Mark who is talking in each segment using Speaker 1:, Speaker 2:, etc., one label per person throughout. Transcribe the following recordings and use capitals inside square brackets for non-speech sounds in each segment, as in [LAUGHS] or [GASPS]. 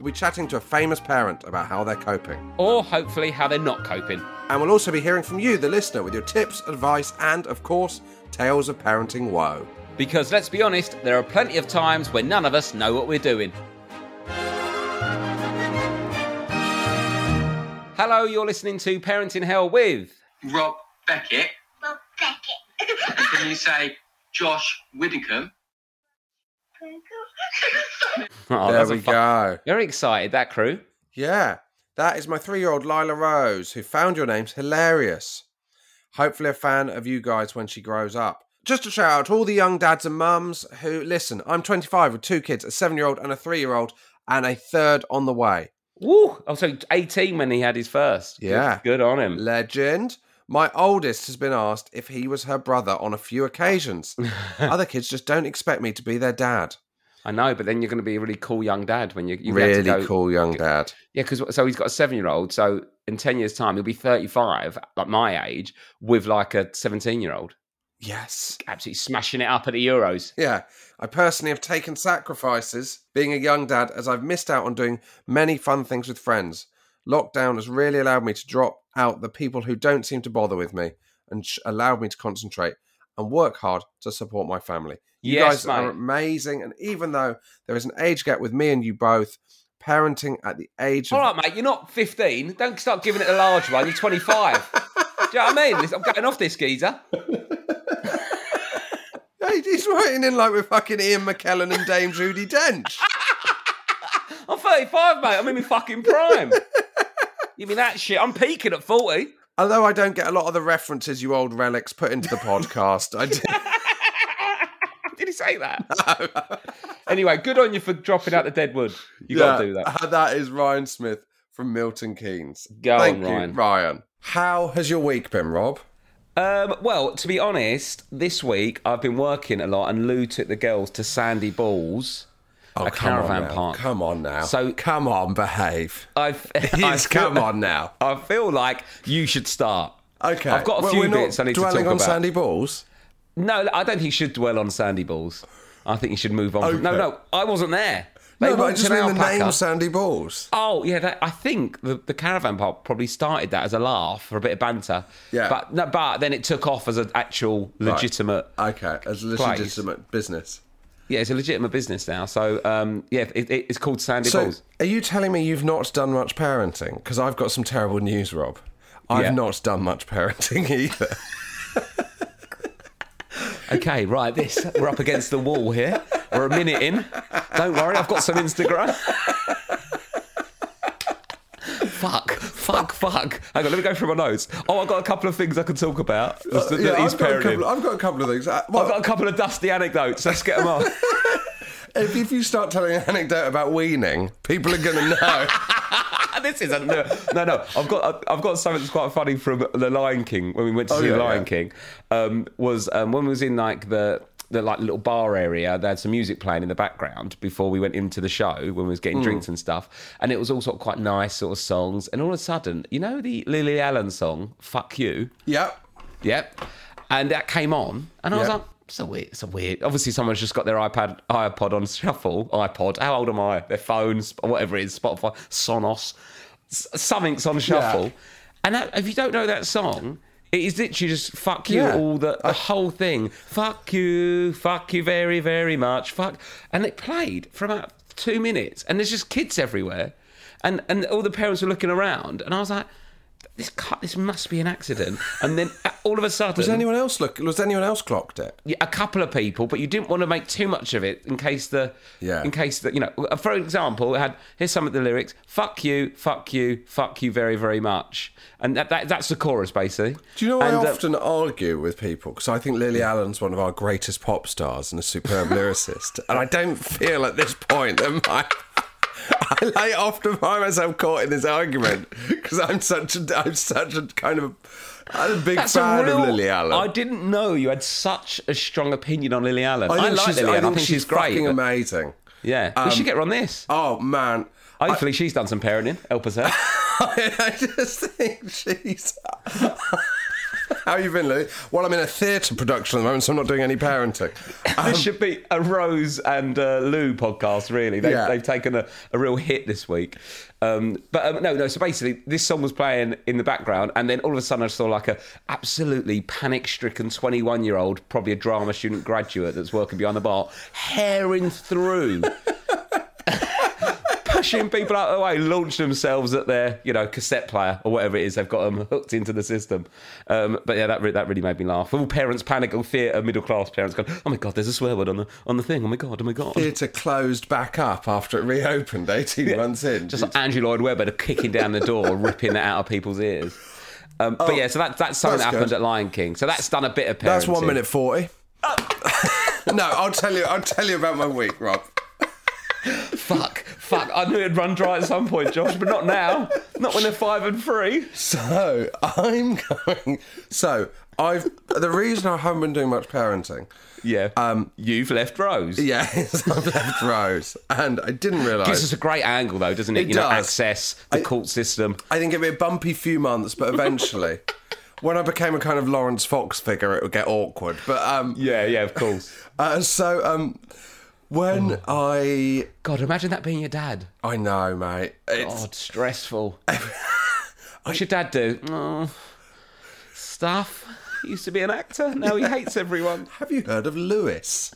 Speaker 1: we'll be chatting to a famous parent about how they're coping.
Speaker 2: Or hopefully how they're not coping.
Speaker 1: And we'll also be hearing from you, the listener, with your tips, advice, and, of course, tales of parenting woe.
Speaker 2: Because let's be honest, there are plenty of times when none of us know what we're doing. Hello, you're listening to Parents in Hell with.
Speaker 3: Rob Beckett.
Speaker 4: Well,
Speaker 3: And
Speaker 4: Beckett.
Speaker 3: can you say Josh Widdicombe?
Speaker 2: Oh,
Speaker 1: there
Speaker 2: that's a
Speaker 1: we
Speaker 2: fu-
Speaker 1: go.
Speaker 2: Very excited, that crew.
Speaker 1: Yeah, that is my three year old Lila Rose, who found your names hilarious. Hopefully, a fan of you guys when she grows up. Just a shout out to all the young dads and mums who listen. I'm 25 with two kids, a seven year old and a three year old, and a third on the way.
Speaker 2: Woo! Oh, so 18 when he had his first.
Speaker 1: Yeah.
Speaker 2: Good, good on him.
Speaker 1: Legend. My oldest has been asked if he was her brother on a
Speaker 2: [LAUGHS]
Speaker 1: few occasions. Other kids just don't expect me to be their dad.
Speaker 2: I know, but then you're going to be a really cool young dad when you, you have to
Speaker 1: really
Speaker 2: go,
Speaker 1: cool young dad.
Speaker 2: Yeah, because so he's got a seven year old. So in 10 years' time, he'll be 35, like my age, with like a 17 year old.
Speaker 1: Yes.
Speaker 2: Absolutely smashing it up at the Euros.
Speaker 1: Yeah, I personally have taken sacrifices being a young dad as I've missed out on doing many fun things with friends. Lockdown has really allowed me to drop out the people who don't seem to bother with me and sh- allowed me to concentrate and work hard to support my family. You
Speaker 2: Yes,
Speaker 1: guys are
Speaker 2: mate.
Speaker 1: amazing. And even though there is an age gap with me and you both, parenting at the age of.
Speaker 2: All right, mate, you're not 15. Don't start giving it a large one. You're
Speaker 1: [LAUGHS]
Speaker 2: 25. Do you know what I mean? I'm getting off this geezer.
Speaker 1: Hey, He's writing in like with fucking Ian McKellen and Dame Judy Dench.
Speaker 2: [LAUGHS] I'm 35, mate. I'm in my fucking prime. Give me that shit. I'm peaking at 40.
Speaker 1: Although I don't get a lot of the references you old relics put into the podcast, I do.
Speaker 2: Did he say that?
Speaker 1: [LAUGHS]
Speaker 2: anyway, good on you for dropping out the dead wood. You got to do that.
Speaker 1: Uh, That is Ryan Smith from Milton Keynes.
Speaker 2: Go
Speaker 1: Thank
Speaker 2: on,
Speaker 1: you,
Speaker 2: Ryan.
Speaker 1: Ryan. How has your week been, Rob?
Speaker 2: Um, well, to be honest, this week I've been working a lot, and Lou took the girls to Sandy Balls,
Speaker 1: Oh,
Speaker 2: a
Speaker 1: come
Speaker 2: caravan
Speaker 1: on now.
Speaker 2: park.
Speaker 1: Come on now.
Speaker 2: So-
Speaker 1: come
Speaker 2: [LAUGHS]
Speaker 1: on, behave.
Speaker 2: I've, [LAUGHS] I
Speaker 1: [LAUGHS] Yes,
Speaker 2: feel-
Speaker 1: come on now.
Speaker 2: [LAUGHS] I feel like you should start.
Speaker 1: Okay.
Speaker 2: I've got a
Speaker 1: Well,
Speaker 2: few
Speaker 1: we're not
Speaker 2: bits I need to talk
Speaker 1: dwelling on
Speaker 2: about.
Speaker 1: Sandy Balls.
Speaker 2: No, I don't think you should dwell on Sandy Balls. I think you should move on. from- No,
Speaker 1: Okay.
Speaker 2: no, I wasn't there.
Speaker 1: no, but I
Speaker 2: walked
Speaker 1: just
Speaker 2: an
Speaker 1: mean the
Speaker 2: alpaca.
Speaker 1: name Sandy Balls.
Speaker 2: Oh yeah, that, I think the, the caravan park probably started that as a laugh for a bit of banter.
Speaker 1: Yeah.
Speaker 2: but no, but then it took off as an actual legitimate.
Speaker 1: Okay, as
Speaker 2: Place.
Speaker 1: legitimate business.
Speaker 2: Yeah, it's a legitimate business now. So um, yeah, it, it, it's called Sandy
Speaker 1: So,
Speaker 2: Balls.
Speaker 1: are you telling me you've not done much parenting? Because I've got some terrible news, Rob. I've
Speaker 2: Yeah.
Speaker 1: not done much parenting [LAUGHS] either.
Speaker 2: Okay, right. This we're up against the wall here. We're a minute in. Don't worry, I've got some Instagram. fuck, fuck, fuck. Hang on, let me go through my notes. Oh, I've got a couple of things I can talk about. That- that
Speaker 1: Yeah,
Speaker 2: he's
Speaker 1: I've, got a
Speaker 2: parenting.
Speaker 1: couple, I've got a couple of things. Uh, well,
Speaker 2: I've got a couple of dusty anecdotes. Let's get them on.
Speaker 1: if, if you start telling an anecdote about weaning, people are going to
Speaker 2: [LAUGHS]
Speaker 1: know.
Speaker 2: this is a no, no, no. I've got I've got something that's quite funny from The Lion King when we went to
Speaker 1: Oh,
Speaker 2: see
Speaker 1: yeah,
Speaker 2: The Lion
Speaker 1: yeah.
Speaker 2: King. Um, was um, when we was in like the the like little bar area. They had some music playing in the background before we went into the show when we was getting
Speaker 1: Hmm.
Speaker 2: drinks and stuff. And it was all sort of quite nice sort of songs. And all of a sudden, you know the Lily Allen song, "Fuck You."
Speaker 1: Yep.
Speaker 2: Yep. And that came on, and I was
Speaker 1: Yeah.
Speaker 2: like, "It's a weird. It's a weird." Obviously, someone's just got their iPad, iPod on shuffle. iPod. How old am I? Their phones, whatever it is, Spotify, Sonos, S- something's on shuffle. And that, if you don't know that song. It is literally just fuck you
Speaker 1: Yeah.
Speaker 2: all the, the whole thing. Fuck you, fuck you very, very much. Fuck, and it played for about two minutes, and there's just kids everywhere, and and all the parents were looking around, and I was like, this cut, this must be an accident. And then uh, all of a sudden,
Speaker 1: Was anyone else look? Was anyone else clocked it?
Speaker 2: yeah, a couple of people, but you didn't want to make too much of it in case the
Speaker 1: Yeah.
Speaker 2: in case the you know uh, for example, it had here's some of the lyrics: "Fuck you, fuck you, fuck you very very much," and that, that that's the chorus basically.
Speaker 1: Do you know
Speaker 2: And,
Speaker 1: I
Speaker 2: uh,
Speaker 1: often argue with people because I think Lily Allen's one of our greatest pop stars and
Speaker 2: [LAUGHS]
Speaker 1: a superb lyricist, and I don't feel at this point that my [LAUGHS] I like often find myself caught in this argument because I'm such a I'm such a kind of I'm a big
Speaker 2: that's a
Speaker 1: fan
Speaker 2: real-
Speaker 1: of Lily Allen.
Speaker 2: I didn't know you had such a strong opinion on Lily Allen. I, like Lily Allen. I think she's, great.
Speaker 1: fucking
Speaker 2: but-
Speaker 1: amazing.
Speaker 2: yeah, we should get her on this.
Speaker 1: Oh man,
Speaker 2: Hopefully, she's done some parenting. Help us out.
Speaker 1: [LAUGHS] I just think she's. How you been, Lily? Well, I'm in a theatre production at the moment, so I'm not doing any parenting.
Speaker 2: this should be a Rose and uh, Lou podcast, really. They,
Speaker 1: Yeah.
Speaker 2: They've taken a, a real hit this week. Um, but um, no, no. So basically, this song was playing in the background, and then all of a sudden, I saw like a absolutely panic-stricken 21-year-old, probably a drama student graduate that's working behind the bar, herring through. Pushing people out of the way, launch themselves at their, you know, cassette player or whatever it is they've got them hooked into the system. Um, but yeah, that re- that really made me laugh. All parents panic, all theatre, middle class parents going, "Oh my god, there's a swear word on the on the thing. Oh my god, oh my god."
Speaker 1: theatre closed back up after it reopened 18 months in.
Speaker 2: Just like Andrew Lloyd Webber kicking down the door, ripping that out of people's ears. Um, but yeah, so that, that's something
Speaker 1: Oh, that's
Speaker 2: that happened
Speaker 1: good.
Speaker 2: at Lion King. So that's done a bit of parenting.
Speaker 1: That's one minute 40. [LAUGHS] no, I'll tell you. I'll tell you about my week, Rob.
Speaker 2: Fuck, fuck. I knew it'd run dry at some point, Josh, but not now. Not when they're five and three.
Speaker 1: So I'm going. So I've the reason I haven't been doing much parenting.
Speaker 2: Yeah. Um, You've left Rose.
Speaker 1: Yeah, [LAUGHS] is I've left Rose, and I didn't
Speaker 2: Gives
Speaker 1: realise.
Speaker 2: us a great angle, though, doesn't it?
Speaker 1: It
Speaker 2: you know,
Speaker 1: does.
Speaker 2: access the court system.
Speaker 1: I think it'd be a bumpy few months, but eventually,
Speaker 2: [LAUGHS]
Speaker 1: when I became a kind of Lawrence Fox figure, it would get awkward. But um,
Speaker 2: Yeah, yeah, of course.
Speaker 1: uh, so um, when
Speaker 2: Oh.
Speaker 1: I
Speaker 2: God, imagine that being your dad.
Speaker 1: I know, mate, it's
Speaker 2: God, stressful.
Speaker 1: [LAUGHS]
Speaker 2: What's your dad do? Oh, stuff. He used to be an actor. Now he hates everyone.
Speaker 1: Have you heard of Lewis?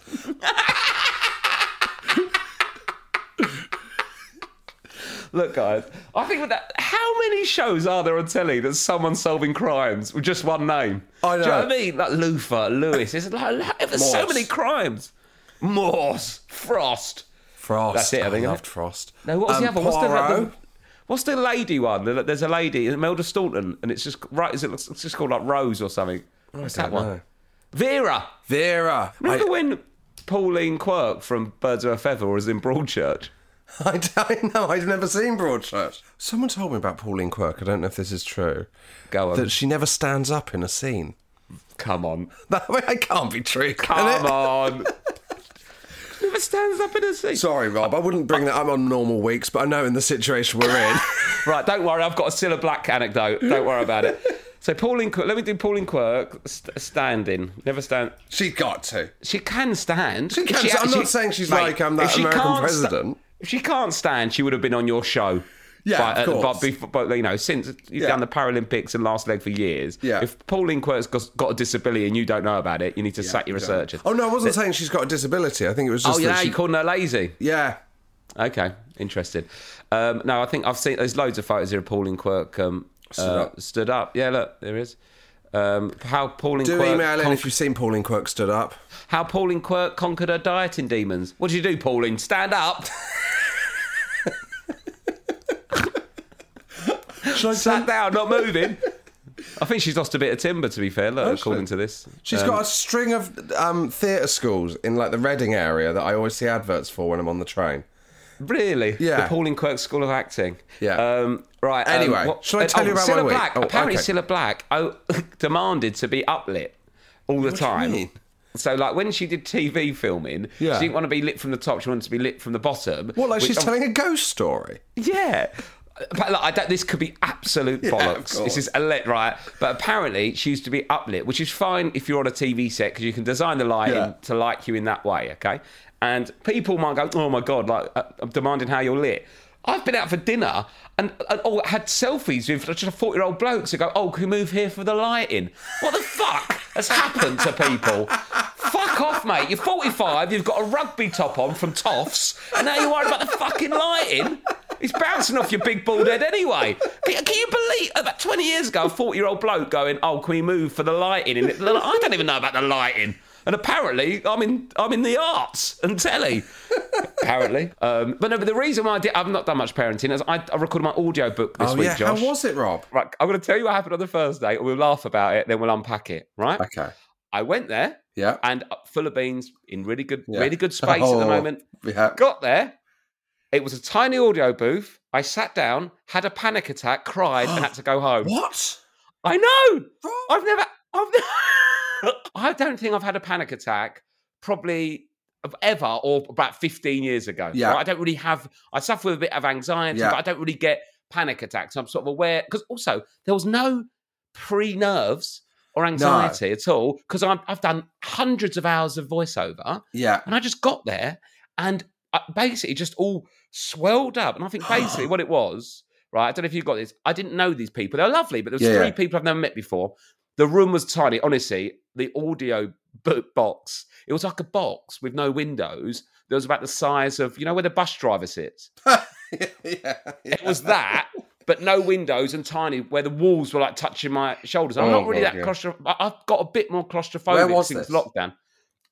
Speaker 2: Look, guys, I think with that, how many shows are there on telly that's someone solving crimes with just one name?
Speaker 1: I
Speaker 2: Do you know
Speaker 1: know.
Speaker 2: what I mean? Like Luther, Lewis. It's like, like, there's so
Speaker 1: Morse.
Speaker 2: many crimes. Morse, Frost.
Speaker 1: Frost.
Speaker 2: That's it, I think,
Speaker 1: loved
Speaker 2: isn't it?
Speaker 1: Frost.
Speaker 2: No, what was the
Speaker 1: Um,
Speaker 2: other? What's the,
Speaker 1: Poirot?
Speaker 2: the, what's the lady one? There- There's a lady, Imelda Staunton, and it's just right. Is it? It's just called like Rose or something. What's that one?
Speaker 1: know.
Speaker 2: Vera.
Speaker 1: Vera.
Speaker 2: Remember when Pauline Quirk from Birds of a Feather was in Broadchurch?
Speaker 1: [LAUGHS] I, I don't know. I've never seen Broadchurch. Someone told me about Pauline Quirk. I don't know if this is true.
Speaker 2: Go on.
Speaker 1: That she never stands up in a scene. [LAUGHS]
Speaker 2: Come on.
Speaker 1: That way, I can't be true. can
Speaker 2: Come
Speaker 1: it? [LAUGHS]
Speaker 2: on. Never stands up in a seat.
Speaker 1: Sorry, Rob. I wouldn't bring that up on normal weeks, but I know in the situation we're [LAUGHS] in.
Speaker 2: Right, don't worry. I've got a Cilla Black anecdote. Don't worry about
Speaker 1: [LAUGHS]
Speaker 2: it. So Pauline, Quirk, let me do Pauline Quirk st- standing. Never stand.
Speaker 1: she got to.
Speaker 2: She can stand. She
Speaker 1: can sta- I'm not saying she's like, um, that
Speaker 2: if she
Speaker 1: American
Speaker 2: can't sta-
Speaker 1: president.
Speaker 2: if she can't stand, she would have been on your show.
Speaker 1: Yeah,
Speaker 2: but,
Speaker 1: of
Speaker 2: uh,
Speaker 1: course.
Speaker 2: But, before, but you know, since you've
Speaker 1: Yeah.
Speaker 2: done the Paralympics and last leg for years,
Speaker 1: Yeah.
Speaker 2: if Pauline Quirk's got, got a disability and you don't know about it, you need to sack your researcher.
Speaker 1: Oh no, I wasn't saying she's got a disability. I think it was just
Speaker 2: Oh, yeah,
Speaker 1: that she.
Speaker 2: you're calling her lazy.
Speaker 1: yeah.
Speaker 2: Okay, interesting. Um, no, I think I've seen there's loads of photos here of Pauline Quirk um, stood,
Speaker 1: up.
Speaker 2: stood up. Yeah, look, there is. Um, how Pauline
Speaker 1: Do
Speaker 2: Quirk
Speaker 1: email in
Speaker 2: con-
Speaker 1: if you've seen Pauline Quirk stood up.
Speaker 2: how Pauline Quirk conquered her dieting demons. What did you do, Pauline? Stand up.
Speaker 1: Shall I
Speaker 2: Sat down, not moving. I think she's lost a bit of timber, to be fair,
Speaker 1: Oh,
Speaker 2: look, according to this.
Speaker 1: She's got a string of um, theatre schools in like the Reading area that I always see adverts for when I'm on the train.
Speaker 2: Really?
Speaker 1: Yeah.
Speaker 2: The Pauline Quirk School of Acting.
Speaker 1: Yeah.
Speaker 2: Um, right. um,
Speaker 1: Anyway, shall I tell
Speaker 2: oh,
Speaker 1: you about
Speaker 2: Cilla
Speaker 1: my week?
Speaker 2: Black,
Speaker 1: Oh,
Speaker 2: apparently, [LAUGHS]
Speaker 1: okay.
Speaker 2: Cilla Black oh, demanded to be uplit all the
Speaker 1: What do you
Speaker 2: time.
Speaker 1: mean?
Speaker 2: So like when she did TV filming,
Speaker 1: Yeah.
Speaker 2: she didn't want to be lit from the top. She wanted to be lit from the bottom.
Speaker 1: What, like
Speaker 2: which
Speaker 1: she's
Speaker 2: I'm-
Speaker 1: telling a ghost story?
Speaker 2: [LAUGHS] Yeah. But like, I don't, this could be absolute
Speaker 1: of
Speaker 2: bollocks.
Speaker 1: course.
Speaker 2: this is a lit, right? But apparently, she used to be uplit, which is fine if you're on a TV set because you can design the lighting
Speaker 1: Yeah.
Speaker 2: to like you in that way, okay? And people might go, "Oh my god!" Like uh, I'm demanding how you're lit. I've been out for dinner and, and oh, had selfies with just a forty-year-old blokes who go, "Oh, can you move here for the lighting?" What the fuck has happened to people? Fuck off, mate. You're 45, you've got a rugby top on from Toffs, and now you're worried about the fucking lighting. It's bouncing off your big bald head anyway. Can, can you believe about 20 years ago, a 40 year old bloke going, Oh, can we move for the lighting? And it- they're like, I don't even know about the lighting. And apparently, I'm in, I'm in the arts and telly.
Speaker 1: [LAUGHS]
Speaker 2: apparently. Um, but no, but the reason why I did, I've not done much parenting is I, I recorded my audio book this
Speaker 1: oh,
Speaker 2: week,
Speaker 1: yeah.
Speaker 2: Josh.
Speaker 1: How was it, Rob?
Speaker 2: Right, I'm going to tell you what happened on the first day, and we'll laugh about it, then we'll unpack it, right?
Speaker 1: Okay.
Speaker 2: I went there
Speaker 1: Yeah.
Speaker 2: and uh, full of beans in really good,
Speaker 1: Yeah.
Speaker 2: really good space at the
Speaker 1: Oh.
Speaker 2: moment.
Speaker 1: Yeah.
Speaker 2: Got there. It was a tiny audio booth. I sat down, had a panic attack, cried, and had to go home. [GASPS]
Speaker 1: [GASPS] What?
Speaker 2: I know.
Speaker 1: Rob?
Speaker 2: I've never. I've. ne- [LAUGHS] I don't think I've had a panic attack probably of ever or about 15 years ago.
Speaker 1: Yeah.
Speaker 2: Right? I don't really have. I suffer with a bit of anxiety,
Speaker 1: Yeah.
Speaker 2: but I don't really get panic attacks. I'm sort of aware because also there was no pre nerves or anxiety at all because I've done hundreds of hours of voiceover.
Speaker 1: Yeah. [LAUGHS]
Speaker 2: And I just got there and I basically just all swelled up. And I think
Speaker 1: [SIGHS]
Speaker 2: basically what it was, right? I don't know if you got this. I didn't know these people. They're lovely, but there was
Speaker 1: Yeah,
Speaker 2: three
Speaker 1: yeah.
Speaker 2: people I've never met before. The room was tiny. Honestly, the audio bo- box, it was like a box with no windows. That was about the size of, you know, where the bus driver sits.
Speaker 1: yeah.
Speaker 2: It was that, but no windows and tiny, where the walls were like touching my shoulders. I'm
Speaker 1: Oh,
Speaker 2: not really
Speaker 1: God,
Speaker 2: that
Speaker 1: yeah.
Speaker 2: claustrophobic. I've got a bit more claustrophobic
Speaker 1: Where was
Speaker 2: since
Speaker 1: this?
Speaker 2: lockdown,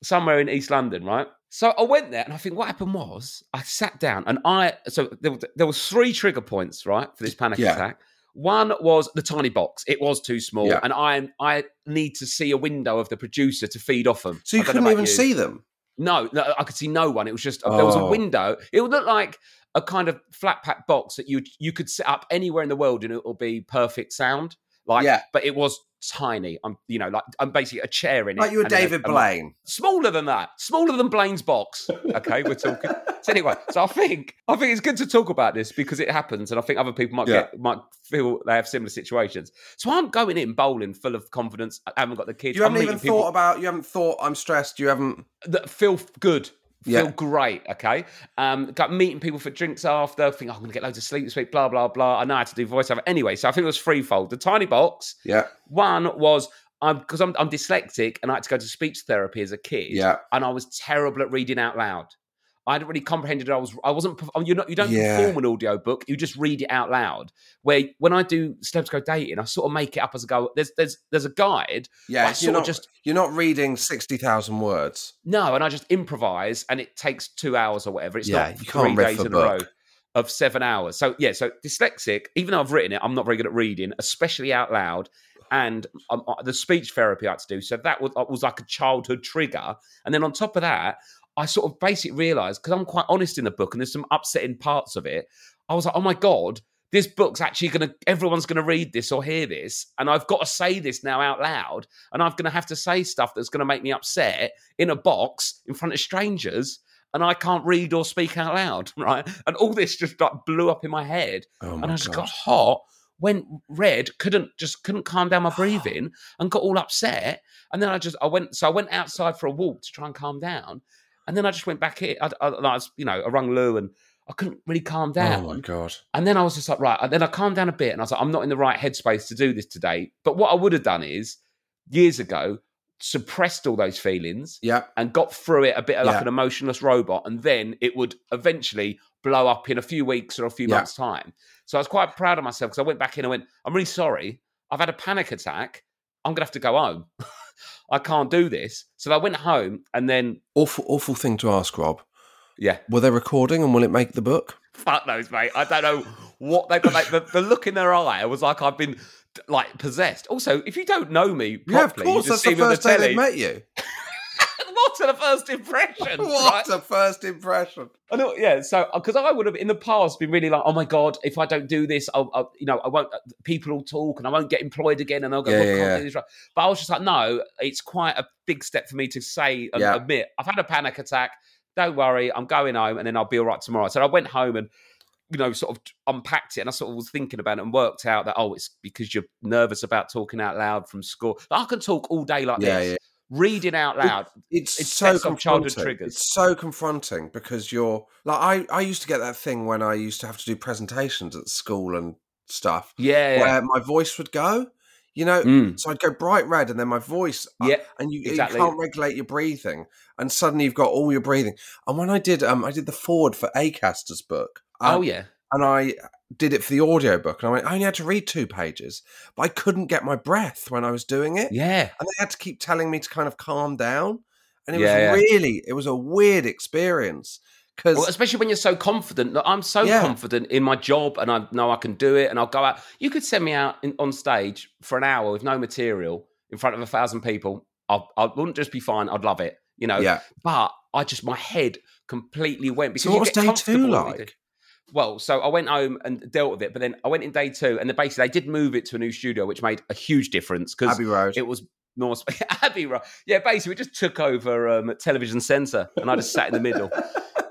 Speaker 2: somewhere in East London, right? So I went there, and I think what happened was I sat down, and I so there, was- there was three trigger points, right, for this panic
Speaker 1: Yeah.
Speaker 2: attack. One was the tiny box; it was too small,
Speaker 1: Yeah.
Speaker 2: and I I need to see a window of the producer to feed off them.
Speaker 1: So you
Speaker 2: I don't know about
Speaker 1: couldn't even
Speaker 2: you.
Speaker 1: see them.
Speaker 2: No, no, I could see no one. It was just there was a
Speaker 1: Oh.
Speaker 2: window. It would look like a kind of flat pack box that you you could set up anywhere in the world and it will be perfect sound. Like,
Speaker 1: Yeah.
Speaker 2: but it was tiny. I'm, you know, like I'm basically a chair in it.
Speaker 1: Like you were
Speaker 2: and then a-
Speaker 1: David
Speaker 2: a mic
Speaker 1: Blaine.
Speaker 2: smaller than that, smaller than Blaine's
Speaker 1: [LAUGHS]
Speaker 2: box. Okay, we're talking. So anyway, so I think I think it's good to talk about this because it happens, and I think other people might
Speaker 1: Yeah.
Speaker 2: get might feel they have similar situations. So I'm going in bowling, full of confidence. I haven't got the kids.
Speaker 1: You haven't
Speaker 2: I'm
Speaker 1: even
Speaker 2: meeting people
Speaker 1: thought about. You haven't thought. I'm stressed. You haven't.
Speaker 2: that feel f- good. Feel
Speaker 1: Yeah.
Speaker 2: great, okay? Um, got meeting people for drinks after. Think oh, I'm gonna get loads of sleep this week. Blah blah blah. I know how to do voiceover anyway. So I think it was threefold. The tiny box.
Speaker 1: Yeah.
Speaker 2: One was I'm because I'm, I'm dyslexic and I had to go to speech therapy as a kid.
Speaker 1: Yeah.
Speaker 2: and I was terrible at reading out loud. I hadn't really comprehended. I was. I wasn't. perf- You know, you don't
Speaker 1: Yeah.
Speaker 2: perform an audio book. You just read it out loud. Where when I do Slebs Go Dating, I sort of make it up as I go. There's there's there's a guide. I
Speaker 1: Yeah. so
Speaker 2: sort
Speaker 1: you're
Speaker 2: of
Speaker 1: not.
Speaker 2: just-
Speaker 1: You're not reading sixty thousand words.
Speaker 2: No, and I just improvise, and it takes two hours or whatever. It's not
Speaker 1: Yeah, you
Speaker 2: three
Speaker 1: can't riff
Speaker 2: days
Speaker 1: a
Speaker 2: in a row
Speaker 1: book.
Speaker 2: of seven hours. So yeah, so dyslexic. Even though I've written it, I'm not very good at reading, especially out loud. And um, uh, the speech therapy I had to do, so that was, uh, was like a childhood trigger. And then on top of that, I sort of basically realised because I'm quite honest in the book, and there's some upsetting parts of it. I was like, oh my god, this book's actually going to everyone's going to read this or hear this, and I've got to say this now out loud, and I'm going to have to say stuff that's going to make me upset in a box in front of strangers and I can't read or speak out loud, [LAUGHS] right? And all this just like blew up in my head.
Speaker 1: Oh
Speaker 2: and
Speaker 1: my
Speaker 2: I just got
Speaker 1: god.
Speaker 2: hot, went red, couldn't just couldn't calm down
Speaker 1: [SIGHS]
Speaker 2: my breathing and got all upset. And then I just I went so I went outside for a walk to try and calm down. And then I just went back in. I, I, I was, you know, I rung Lou and I couldn't really calm down.
Speaker 1: Oh my god.
Speaker 2: And then I was just like, right. And then I calmed down a bit and I was like, I'm not in the right headspace to do this today. But what I would have done is years ago, suppressed all those feelings
Speaker 1: Yeah.
Speaker 2: and got through it a bit like
Speaker 1: Yeah.
Speaker 2: an emotionless robot, and then it would eventually blow up in a few weeks or a few
Speaker 1: Yeah.
Speaker 2: months' time. So I was quite proud of myself because I went back in and went, I'm really sorry. I've had a panic attack. I'm going to have to go home. [LAUGHS] I can't do this. So I went home and then,
Speaker 1: Awful. Awful thing to ask, Rob.
Speaker 2: yeah,
Speaker 1: Were they recording, and will it make the book?
Speaker 2: fuck those, mate. I don't know what they, but like, the, the look in their eye was like I've been like possessed. Also, if you don't know me properly,
Speaker 1: yeah, of course.
Speaker 2: you just
Speaker 1: That's
Speaker 2: see
Speaker 1: the
Speaker 2: me on
Speaker 1: [LAUGHS] first
Speaker 2: the
Speaker 1: day
Speaker 2: telly.
Speaker 1: they met you.
Speaker 2: what [LAUGHS] what a first impression! right?
Speaker 1: [LAUGHS] What a first impression.
Speaker 2: I know, yeah. So, because I would have in the past been really like, oh my god, if I don't do this, I'll, I'll you know, I won't. uh, People will talk, and I won't get employed again, and I'll go,
Speaker 1: Yeah,
Speaker 2: well,
Speaker 1: yeah,
Speaker 2: can't
Speaker 1: yeah.
Speaker 2: do this right. But I was just like, no, it's quite a big step for me to say and
Speaker 1: Yeah.
Speaker 2: admit I've had a panic attack. Don't worry, I'm going home, and then I'll be all right tomorrow. So I went home and. You know, sort of unpacked it, and I sort of was thinking about it and worked out that oh, it's because you're nervous about talking out loud from school. But I can talk all day like
Speaker 1: Yeah,
Speaker 2: this,
Speaker 1: yeah.
Speaker 2: reading out loud.
Speaker 1: It's,
Speaker 2: It
Speaker 1: so
Speaker 2: sets off childhood
Speaker 1: confronting.
Speaker 2: triggers.
Speaker 1: It's so confronting because you're like I, I used to get that thing when I used to have to do presentations at school and stuff
Speaker 2: Yeah, yeah.
Speaker 1: where my voice would go. You know,
Speaker 2: Mm.
Speaker 1: so I'd go bright red and then my voice uh,
Speaker 2: Yeah,
Speaker 1: and you,
Speaker 2: exactly.
Speaker 1: you can't regulate your breathing and suddenly you've got all your breathing. And when I did um I did the forward for Acaster's book. um,
Speaker 2: oh yeah.
Speaker 1: and I did it for the audiobook and I went, I only had to read two pages, but I couldn't get my breath when I was doing it.
Speaker 2: Yeah.
Speaker 1: And they had to keep telling me to kind of calm down. And it
Speaker 2: Yeah, yeah.
Speaker 1: was really, it was a weird experience because
Speaker 2: Well, especially when you're so confident. Look, I'm so
Speaker 1: Yeah.
Speaker 2: confident in my job, and I know I can do it. And I'll go out. You could send me out in, on stage for an hour with no material in front of a thousand people. I, I wouldn't just be fine. I'd love it, you know.
Speaker 1: yeah.
Speaker 2: But I just my head completely went because
Speaker 1: So
Speaker 2: you
Speaker 1: what was
Speaker 2: get
Speaker 1: day two
Speaker 2: comfortable with it.
Speaker 1: like?
Speaker 2: Well, so I went home and dealt with it, but then I went in day two, and then basically they did move it to a new studio, which made a huge difference because
Speaker 1: Abbey Road.
Speaker 2: it was more sp- [LAUGHS] Abbey Road. Yeah, basically, it just took over um, a television centre, and I just sat in the
Speaker 1: [LAUGHS]
Speaker 2: middle.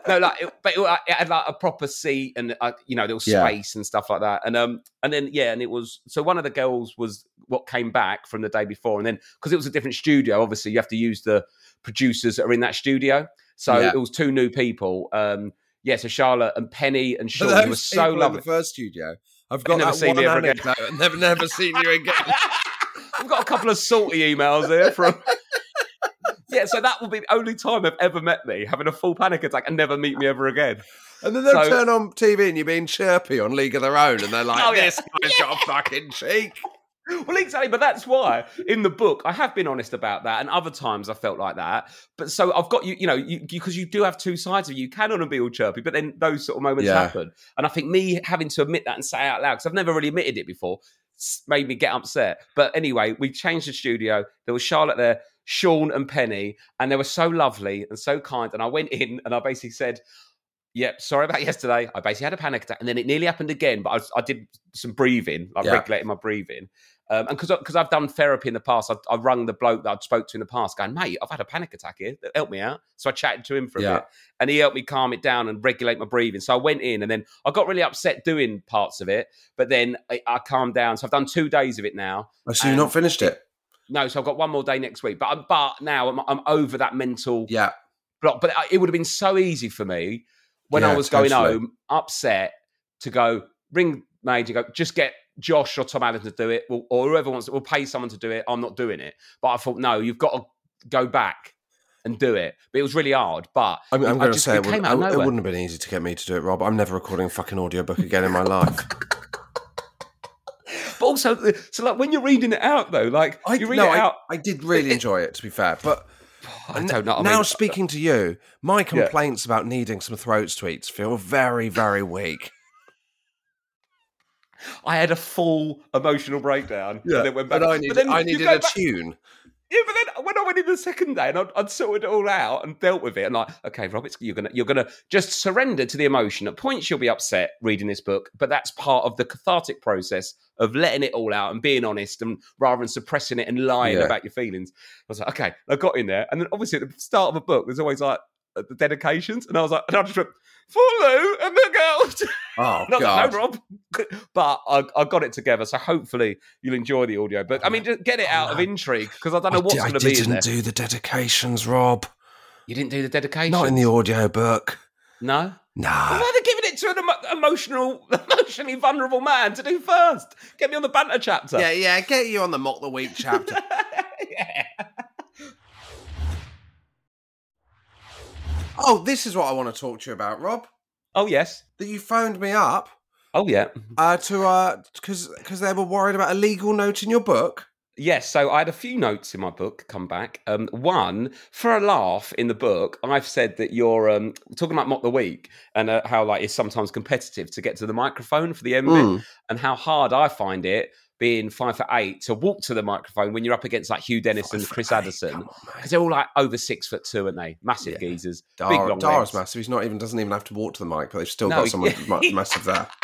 Speaker 2: No, like, it, but it, like, it had like a proper seat, and uh, you know, there was
Speaker 1: Yeah.
Speaker 2: space and stuff like that. And um, and then yeah, and it was so one of the girls was what came back from the day before, and then because it was a different studio, obviously you have to use the producers that are in that studio. So
Speaker 1: Yeah.
Speaker 2: it was two new people. Um, yeah, so Charlotte and Penny and
Speaker 1: But
Speaker 2: Sean they were
Speaker 1: those
Speaker 2: so
Speaker 1: people in
Speaker 2: lovely.
Speaker 1: the first studio. I've
Speaker 2: I've
Speaker 1: got
Speaker 2: never
Speaker 1: that
Speaker 2: seen
Speaker 1: one
Speaker 2: you ever again.
Speaker 1: anecdote and they've never seen you again.
Speaker 2: I've got a couple of salty emails here from. [LAUGHS] Yeah, so that will be the only time they've ever met me, having a full panic attack and never meet me ever again.
Speaker 1: And then they'll
Speaker 2: So-
Speaker 1: turn on TV and you're being chirpy on League of Their Own and they're like,
Speaker 2: [LAUGHS] Oh, yeah.
Speaker 1: this guy's got a fucking cheek.
Speaker 2: [LAUGHS] Well, exactly, but that's why in the book I have been honest about that, and other times I felt like that. But so I've got you, you know, because you, because you do have two sides of you. You can and be all chirpy, but then those sort of moments
Speaker 1: Yeah.
Speaker 2: happen, and I think me having to admit that and say it out loud because I've never really admitted it before s- made me get upset. But anyway, we changed the studio. There was Charlotte there, Sean and Penny, and they were so lovely and so kind. And I went in and I basically said, Yep, sorry about yesterday. I basically had a panic attack, and then it nearly happened again. But I, was- I did some breathing, like
Speaker 1: Yeah.
Speaker 2: regulating my breathing, um, and because because I've done therapy in the past, I, I rung the bloke that I'd spoke to in the past, going, "Mate, I've had a panic attack here. Help me out." So I chatted to him for a
Speaker 1: Yeah.
Speaker 2: bit, and he helped me calm it down and regulate my breathing. So I went in, and then I got really upset doing parts of it, but then I, I calmed down. So I've done two days of it now,
Speaker 1: Oh, so you've not finished it?
Speaker 2: no, so I've got one more day next week. But I'm, but now I'm, I'm over that mental
Speaker 1: Yeah.
Speaker 2: block. But I- it would have been so easy for me when I
Speaker 1: Yeah,
Speaker 2: was going
Speaker 1: totally.
Speaker 2: home upset to go ring made and go just get Josh or Tom Allen to do it, we'll, or whoever wants. We'll pay someone to do it. I'm not doing it. But I thought no, you've got to go back and do it. But it was really hard. But
Speaker 1: I'm, I'm
Speaker 2: I
Speaker 1: going to
Speaker 2: just-
Speaker 1: say
Speaker 2: it
Speaker 1: it,
Speaker 2: came
Speaker 1: wouldn't,
Speaker 2: out of
Speaker 1: I- it
Speaker 2: nowhere.
Speaker 1: wouldn't have been easy to get me to do it, Rob. I'm never recording a fucking audiobook again [LAUGHS] in my life.
Speaker 2: but also, uh, so like when you're reading it out though, like
Speaker 1: I,
Speaker 2: you read
Speaker 1: no,
Speaker 2: it
Speaker 1: I,
Speaker 2: out.
Speaker 1: I did really enjoy it, to be fair. But
Speaker 2: [LAUGHS] I don't know. I
Speaker 1: now
Speaker 2: mean, uh,
Speaker 1: speaking to you, my complaints about needing some throat tweets feel very, very weak.
Speaker 2: I had a full emotional breakdown. [LAUGHS] and then went back.
Speaker 1: but I
Speaker 2: But
Speaker 1: needed,
Speaker 2: then
Speaker 1: I
Speaker 2: you
Speaker 1: needed
Speaker 2: go
Speaker 1: a
Speaker 2: back-
Speaker 1: tune.
Speaker 2: Yeah, but then when I went in the second day and I'd, I'd sorted it all out and dealt with it, and like, okay, Roberts, you're gonna you're gonna just surrender to the emotion. At points, you'll be upset reading this book, but that's part of the cathartic process of letting it all out and being honest, and rather than suppressing it and lying
Speaker 1: Yeah.
Speaker 2: about your feelings. I was like, okay, I got in there, and then obviously at the start of a book, there's always like uh, the dedications, and I was like, and I just went for Lou and the girls. [LAUGHS]
Speaker 1: Oh,
Speaker 2: No, no,
Speaker 1: God.
Speaker 2: no, Rob. [LAUGHS] But I, I got it together, so hopefully you'll enjoy the audio. But I mean, just get it out of intrigue because I don't know
Speaker 1: Oh, I,
Speaker 2: what's
Speaker 1: di- I
Speaker 2: going to be in
Speaker 1: didn't
Speaker 2: there.
Speaker 1: do the dedications, Rob.
Speaker 2: you didn't do the dedication.
Speaker 1: Not in the Ah. audiobook.
Speaker 2: no. Why
Speaker 1: Nah.
Speaker 2: are they giving it to an emo- emotional, [LAUGHS] emotionally vulnerable man to do first? Get me on the banter chapter.
Speaker 1: yeah. Get you on the Mock the Week chapter.
Speaker 2: [LAUGHS] yeah.
Speaker 1: oh, this is what I want to talk to you about, Rob.
Speaker 2: Oh yes.
Speaker 1: That you phoned me up
Speaker 2: Oh yeah.
Speaker 1: uh, to uh, because because they were worried about a legal note in your book.
Speaker 2: Yes, so I had a few notes in my book come back. Um, one, for a laugh in the book, I've said that you're um, talking about Mock the Week and uh,
Speaker 1: Mm.
Speaker 2: how like it's sometimes competitive to get to the microphone for the end bit and how hard I find it being five for eight to walk to the microphone when you're up against like Hugh Dennis and Chris Addison because they're all like over six foot two, aren't they? Massive geezers, big
Speaker 1: Dara,
Speaker 2: long
Speaker 1: Dara's
Speaker 2: legs.
Speaker 1: massive. He's not even doesn't even have to walk to the mic, but they've still
Speaker 2: No,
Speaker 1: got someone
Speaker 2: yeah.
Speaker 1: ma- massive there.
Speaker 2: [LAUGHS]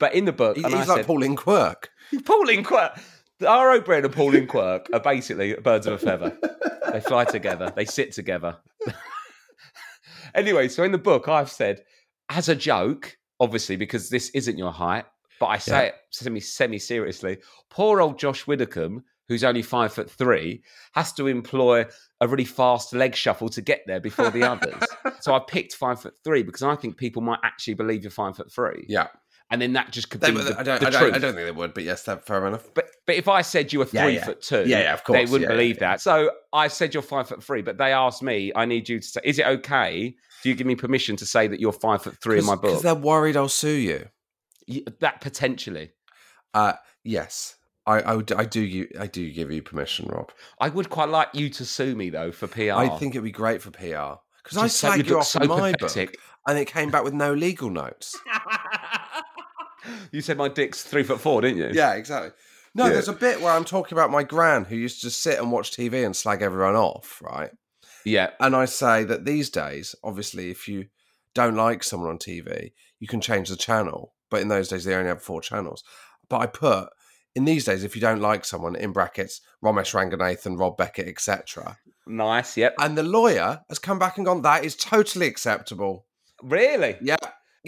Speaker 2: But in the book,
Speaker 1: He-
Speaker 2: and
Speaker 1: he's
Speaker 2: I
Speaker 1: like
Speaker 2: said,
Speaker 1: Pauline Quirk.
Speaker 2: [LAUGHS] Pauline Quirk. Our O'Brien and Pauline Quirk are basically birds of a feather. They fly together. They sit together. [LAUGHS] anyway, so in the book, I've said as a joke, obviously, because this isn't your height, but I say
Speaker 1: Yeah.
Speaker 2: it semi semi seriously. Poor old Josh Widdicombe, who's only five foot three, has to employ a really fast leg shuffle to get there before the others. So I picked five foot three because I think people might actually believe you're five foot three,
Speaker 1: Yeah,
Speaker 2: and then that just could
Speaker 1: they,
Speaker 2: be
Speaker 1: I,
Speaker 2: the,
Speaker 1: don't,
Speaker 2: the
Speaker 1: I,
Speaker 2: truth.
Speaker 1: don't, I don't think they would, but yes, that, fair enough.
Speaker 2: But but if I said you were three
Speaker 1: Yeah, yeah.
Speaker 2: foot two,
Speaker 1: Yeah, yeah, of
Speaker 2: they
Speaker 1: course,
Speaker 2: wouldn't
Speaker 1: yeah, yeah,
Speaker 2: believe that. So I said you're five foot three, but they asked me, I need you to say, is it okay? Do you give me permission to say that you're five foot three in my book?
Speaker 1: because they're worried I'll sue you.
Speaker 2: Y- That potentially,
Speaker 1: Uh, yes, I, I, would- I do you I do give you permission, Rob.
Speaker 2: I would quite like you to sue me though for PR.
Speaker 1: I think it'd be great for PR because I
Speaker 2: Just so
Speaker 1: slagged
Speaker 2: you'd
Speaker 1: you
Speaker 2: look
Speaker 1: off
Speaker 2: so
Speaker 1: in my
Speaker 2: pathetic.
Speaker 1: book, and it came back with no legal notes.
Speaker 2: you said my dick's three foot four, didn't you?
Speaker 1: [LAUGHS] yeah, exactly. No,
Speaker 2: Yeah.
Speaker 1: there's a bit where I'm talking about my gran who used to just sit and watch TV and slag everyone off, right?
Speaker 2: yeah.
Speaker 1: And I say that these days, obviously, if you don't like someone on TV, you can change the channel. But in those days, they only had four channels. But I put in these days, if you don't like someone, in brackets, Ramesh Ranganathan, Rob Beckett, etc.
Speaker 2: Nice. Yep.
Speaker 1: And the lawyer has come back and gone, that is totally acceptable.
Speaker 2: Really?
Speaker 1: Yeah,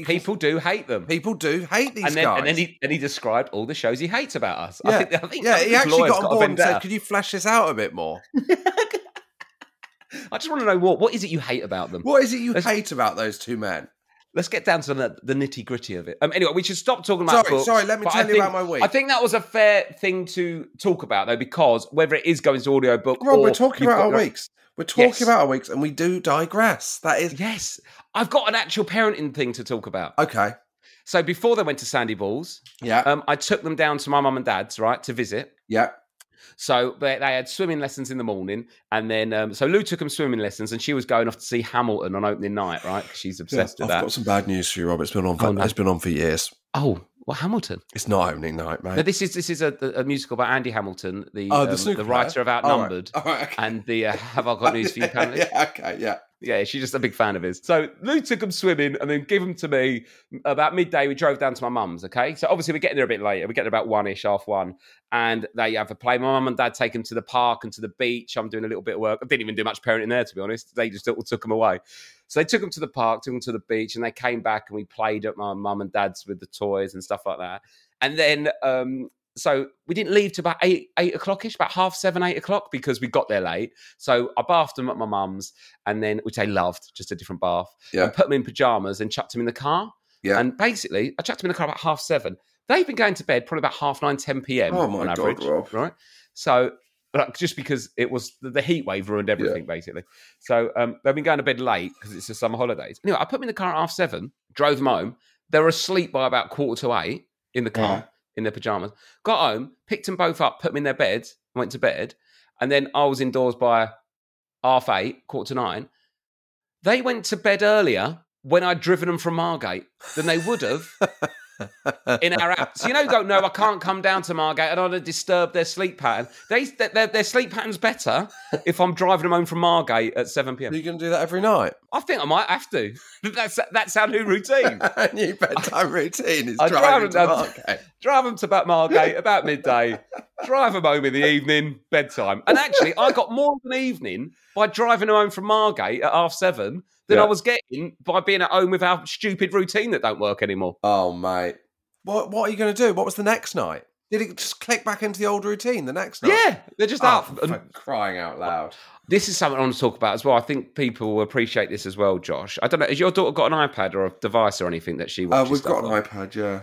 Speaker 2: People do hate them.
Speaker 1: people do hate these
Speaker 2: and then,
Speaker 1: guys.
Speaker 2: and then he and he described all the shows he hates about us.
Speaker 1: yeah,
Speaker 2: I think, I think, I
Speaker 1: yeah,
Speaker 2: think
Speaker 1: he
Speaker 2: this
Speaker 1: actually
Speaker 2: lawyer's
Speaker 1: got on
Speaker 2: a
Speaker 1: board and said,
Speaker 2: vendetta.
Speaker 1: "Could you flesh this out a bit more?
Speaker 2: I just want to know what what is it you hate about them?
Speaker 1: What is it you
Speaker 2: Let's-
Speaker 1: hate about those two men?"
Speaker 2: Let's get down to the, the nitty gritty of it. Um, anyway, we should stop talking about
Speaker 1: Sorry,
Speaker 2: books,
Speaker 1: sorry, let me
Speaker 2: but
Speaker 1: tell
Speaker 2: I
Speaker 1: you
Speaker 2: think-
Speaker 1: about my week.
Speaker 2: I think that was a fair thing to talk about though, because whether it is going to audiobook
Speaker 1: Rob,
Speaker 2: or
Speaker 1: we're talking
Speaker 2: you've
Speaker 1: about our
Speaker 2: got your-
Speaker 1: weeks. We're talking
Speaker 2: Yes.
Speaker 1: about our weeks, and we do digress. That is
Speaker 2: Yes, I've got an actual parenting thing to talk about.
Speaker 1: okay.
Speaker 2: So before they went to Sandy Balls,
Speaker 1: Yeah,
Speaker 2: um, I took them down to my mum and dad's right to visit.
Speaker 1: yeah.
Speaker 2: So they, they had swimming lessons in the morning, and then um, so Lou took them swimming lessons, and she was going off to see Hamilton on opening night, right? 'Cause she's obsessed with
Speaker 1: I've
Speaker 2: that.
Speaker 1: got some bad news for you, Rob. It's been on. For,
Speaker 2: Oh, no.
Speaker 1: It's been on for years.
Speaker 2: Oh, well, Hamilton.
Speaker 1: It's not opening night, mate.
Speaker 2: No, this is this is a, a musical by Andy Hamilton, the
Speaker 1: oh,
Speaker 2: um,
Speaker 1: the, snooker
Speaker 2: writer
Speaker 1: player?
Speaker 2: of
Speaker 1: All right,
Speaker 2: Outnumbered,
Speaker 1: all right, okay.
Speaker 2: and the uh, Have I Got [LAUGHS] News for You panelist.
Speaker 1: [LAUGHS] yeah,
Speaker 2: Yeah.
Speaker 1: yeah, okay, yeah.
Speaker 2: she's just a big fan of his. So Lou took them swimming and then gave them to me about midday. We drove down to my mum's. Okay, so obviously we're getting there a bit later. We're getting about one ish, half one, and they have a play. My mum and dad take them to the park and to the beach. I'm doing a little bit of work. I didn't even do much parenting there, to be honest. They just all took them away. So they took them to the park, took them to the beach, and they came back and we played at my mum and dad's with the toys and stuff like that. And then um, so we didn't leave till about eight eight o'clock ish, about half seven, eight o'clock because we got there late. So I bathed them at my mum's, and then which I loved, just a different bath.
Speaker 1: Yeah.
Speaker 2: And put them in pajamas and chucked them in the car.
Speaker 1: Yeah.
Speaker 2: And basically, I chucked them in the car about half seven. They've been going to bed probably about half nine, ten p.m.
Speaker 1: Oh my
Speaker 2: on
Speaker 1: God,
Speaker 2: average,
Speaker 1: Rob.
Speaker 2: right? So. Like, just because it was the- the heat wave ruined everything, basically. So um, they've been going to bed late because it's the summer holidays. Anyway, I put them in the car at half seven, drove them home. They were asleep by about quarter to eight in the car, in their pajamas. Got home, picked them both up, put them in their beds, went to bed. And then I was indoors by half eight, quarter to nine. They went to bed earlier when I'd driven them from Margate than they would have in our app. So, you know, go, no, I can't come down to Margate. I don't want to disturb their sleep pattern. They, their, their sleep pattern's better if I'm driving them home from Margate at 7
Speaker 1: Are
Speaker 2: p.m.
Speaker 1: you going to do that every night? [LAUGHS]
Speaker 2: I think I might have to. [LAUGHS] That's, that's our new routine.
Speaker 1: A
Speaker 2: [LAUGHS]
Speaker 1: new bedtime routine is
Speaker 2: I'd
Speaker 1: driving to
Speaker 2: rather-
Speaker 1: Margate.
Speaker 2: drive them to about Margate about midday, drive them home in the evening, bedtime. And actually, I got more of an evening by driving them home from Margate at half seven than
Speaker 1: Yeah.
Speaker 2: I was getting by being at home with our stupid routine that don't work anymore.
Speaker 1: Oh, mate. What What are you going to do? What was the next night? Did it just click back into the old routine the next night?
Speaker 2: Yeah, they're just
Speaker 1: Oh,
Speaker 2: out.
Speaker 1: for
Speaker 2: And
Speaker 1: fuck- crying out loud.
Speaker 2: this is something I want to talk about as well. I think people will appreciate this as well, Josh. I don't know. Has your daughter got an iPad or a device or anything that she
Speaker 1: Uh,
Speaker 2: watches?
Speaker 1: we've got
Speaker 2: stuff
Speaker 1: an
Speaker 2: on?
Speaker 1: iPad, yeah.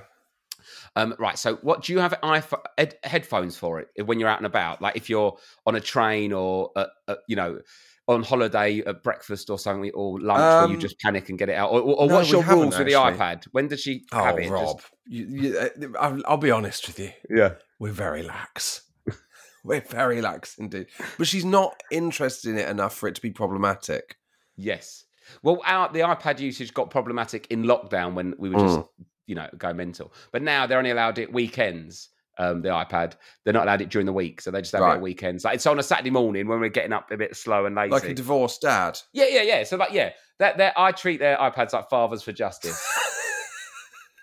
Speaker 2: Um, right. So, what do you have iPhone, ed- headphones for it when you're out and about? Like if you're on a train or uh, uh, you know on holiday at breakfast or something or lunch, where you
Speaker 1: Um,
Speaker 2: just panic and get it out. Or, or, or
Speaker 1: no,
Speaker 2: what's
Speaker 1: we
Speaker 2: your
Speaker 1: haven't
Speaker 2: rules with the
Speaker 1: actually. Oh,
Speaker 2: iPad? When did she have it? Just-
Speaker 1: Rob, you, you, uh, I'll, I'll be honest with you.
Speaker 2: yeah.
Speaker 1: We're very lax. [LAUGHS] We're very lax indeed. But she's not interested in it enough for it to be problematic.
Speaker 2: Yes. Well, our, the iPad usage got
Speaker 1: Mm.
Speaker 2: problematic in lockdown when we were just you know go mental. But now they're only allowed it weekends. um, the iPad. They're not allowed it during the week, so they just have it
Speaker 1: Right.
Speaker 2: on weekends. Like it's on a Saturday morning when we're getting up a bit slow and lazy.
Speaker 1: Like a divorced dad.
Speaker 2: yeah, yeah, yeah. So like, yeah, that that I treat their iPads like fathers for
Speaker 1: [LAUGHS]
Speaker 2: justice.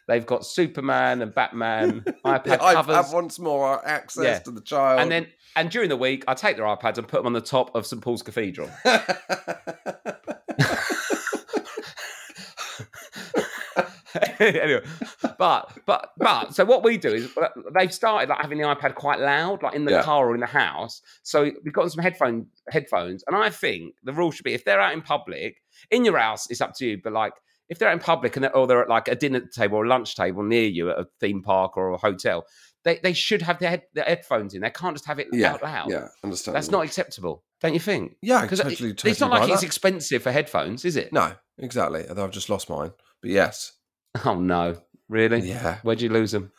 Speaker 2: They've got Superman and
Speaker 1: [LAUGHS]
Speaker 2: Batman iPad
Speaker 1: I
Speaker 2: covers.
Speaker 1: have once more our access
Speaker 2: Yeah.
Speaker 1: to the child.
Speaker 2: and then and during the week, I take their iPads and put them on the top of St Paul's Cathedral. anyway, but but but so what we do is uh, they've started like having the iPad quite loud, like in the
Speaker 1: Yeah.
Speaker 2: car or in the house. So we've gotten some headphone headphones, and I think the rule should be if they're out in public, in your house, it's up to you. But like if they're out in public and they're, or they're at like a dinner table or a lunch table near you at a theme park or a hotel, they, they should have their, head, their headphones in. They can't just have it
Speaker 1: yeah,
Speaker 2: out loud.
Speaker 1: yeah, understand.
Speaker 2: That's not acceptable, don't you think?
Speaker 1: Yeah, I
Speaker 2: 'Cause it-
Speaker 1: totally, totally.
Speaker 2: it's not like
Speaker 1: buy
Speaker 2: it's
Speaker 1: that.
Speaker 2: expensive for headphones, is it?
Speaker 1: no, exactly. Although I've just lost mine, but yes,
Speaker 2: [LAUGHS] Oh no, really?
Speaker 1: yeah.
Speaker 2: Where'd you lose them?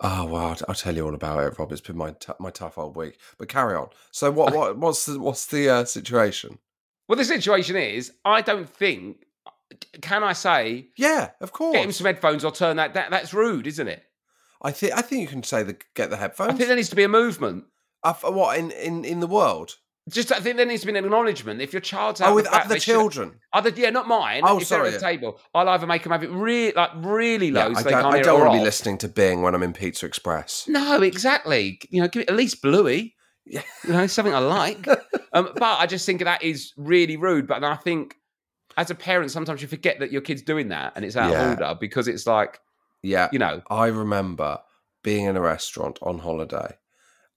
Speaker 1: Oh well, I'll, I'll tell you all about it, Rob. It's been my t- my tough old week. But carry on. So what what what's the, what's the uh, situation?
Speaker 2: Well, the situation is, I don't think. Can I say
Speaker 1: Yeah, of course.
Speaker 2: get him some headphones or turn that? that that's rude, isn't it?
Speaker 1: I think I think you can say the get the
Speaker 2: I
Speaker 1: headphones.
Speaker 2: think there needs to be a movement.
Speaker 1: Uh, for what in, in in the world?
Speaker 2: Just I think there needs to be an acknowledgement. If your child's out
Speaker 1: Oh, with
Speaker 2: and about,
Speaker 1: other
Speaker 2: they should-
Speaker 1: children.
Speaker 2: other yeah, not mine.
Speaker 1: Oh,
Speaker 2: if they're
Speaker 1: sorry,
Speaker 2: at the
Speaker 1: yeah.
Speaker 2: table, I'll either make them have it really like really low,
Speaker 1: Yeah,
Speaker 2: so
Speaker 1: I
Speaker 2: they
Speaker 1: don't,
Speaker 2: can't
Speaker 1: I
Speaker 2: hear
Speaker 1: don't
Speaker 2: it or
Speaker 1: want to be
Speaker 2: off.
Speaker 1: listening to Bing when I'm in Pizza Express.
Speaker 2: No, exactly. You know, give it at least Bluey.
Speaker 1: Yeah.
Speaker 2: You know, something I
Speaker 1: [LAUGHS]
Speaker 2: like. um, but I just think that is really rude. But I think as a parent, sometimes you forget that your kid's doing that and it's out
Speaker 1: Yeah.
Speaker 2: of order because it's like,
Speaker 1: Yeah,
Speaker 2: you know,
Speaker 1: I remember being in a restaurant on holiday,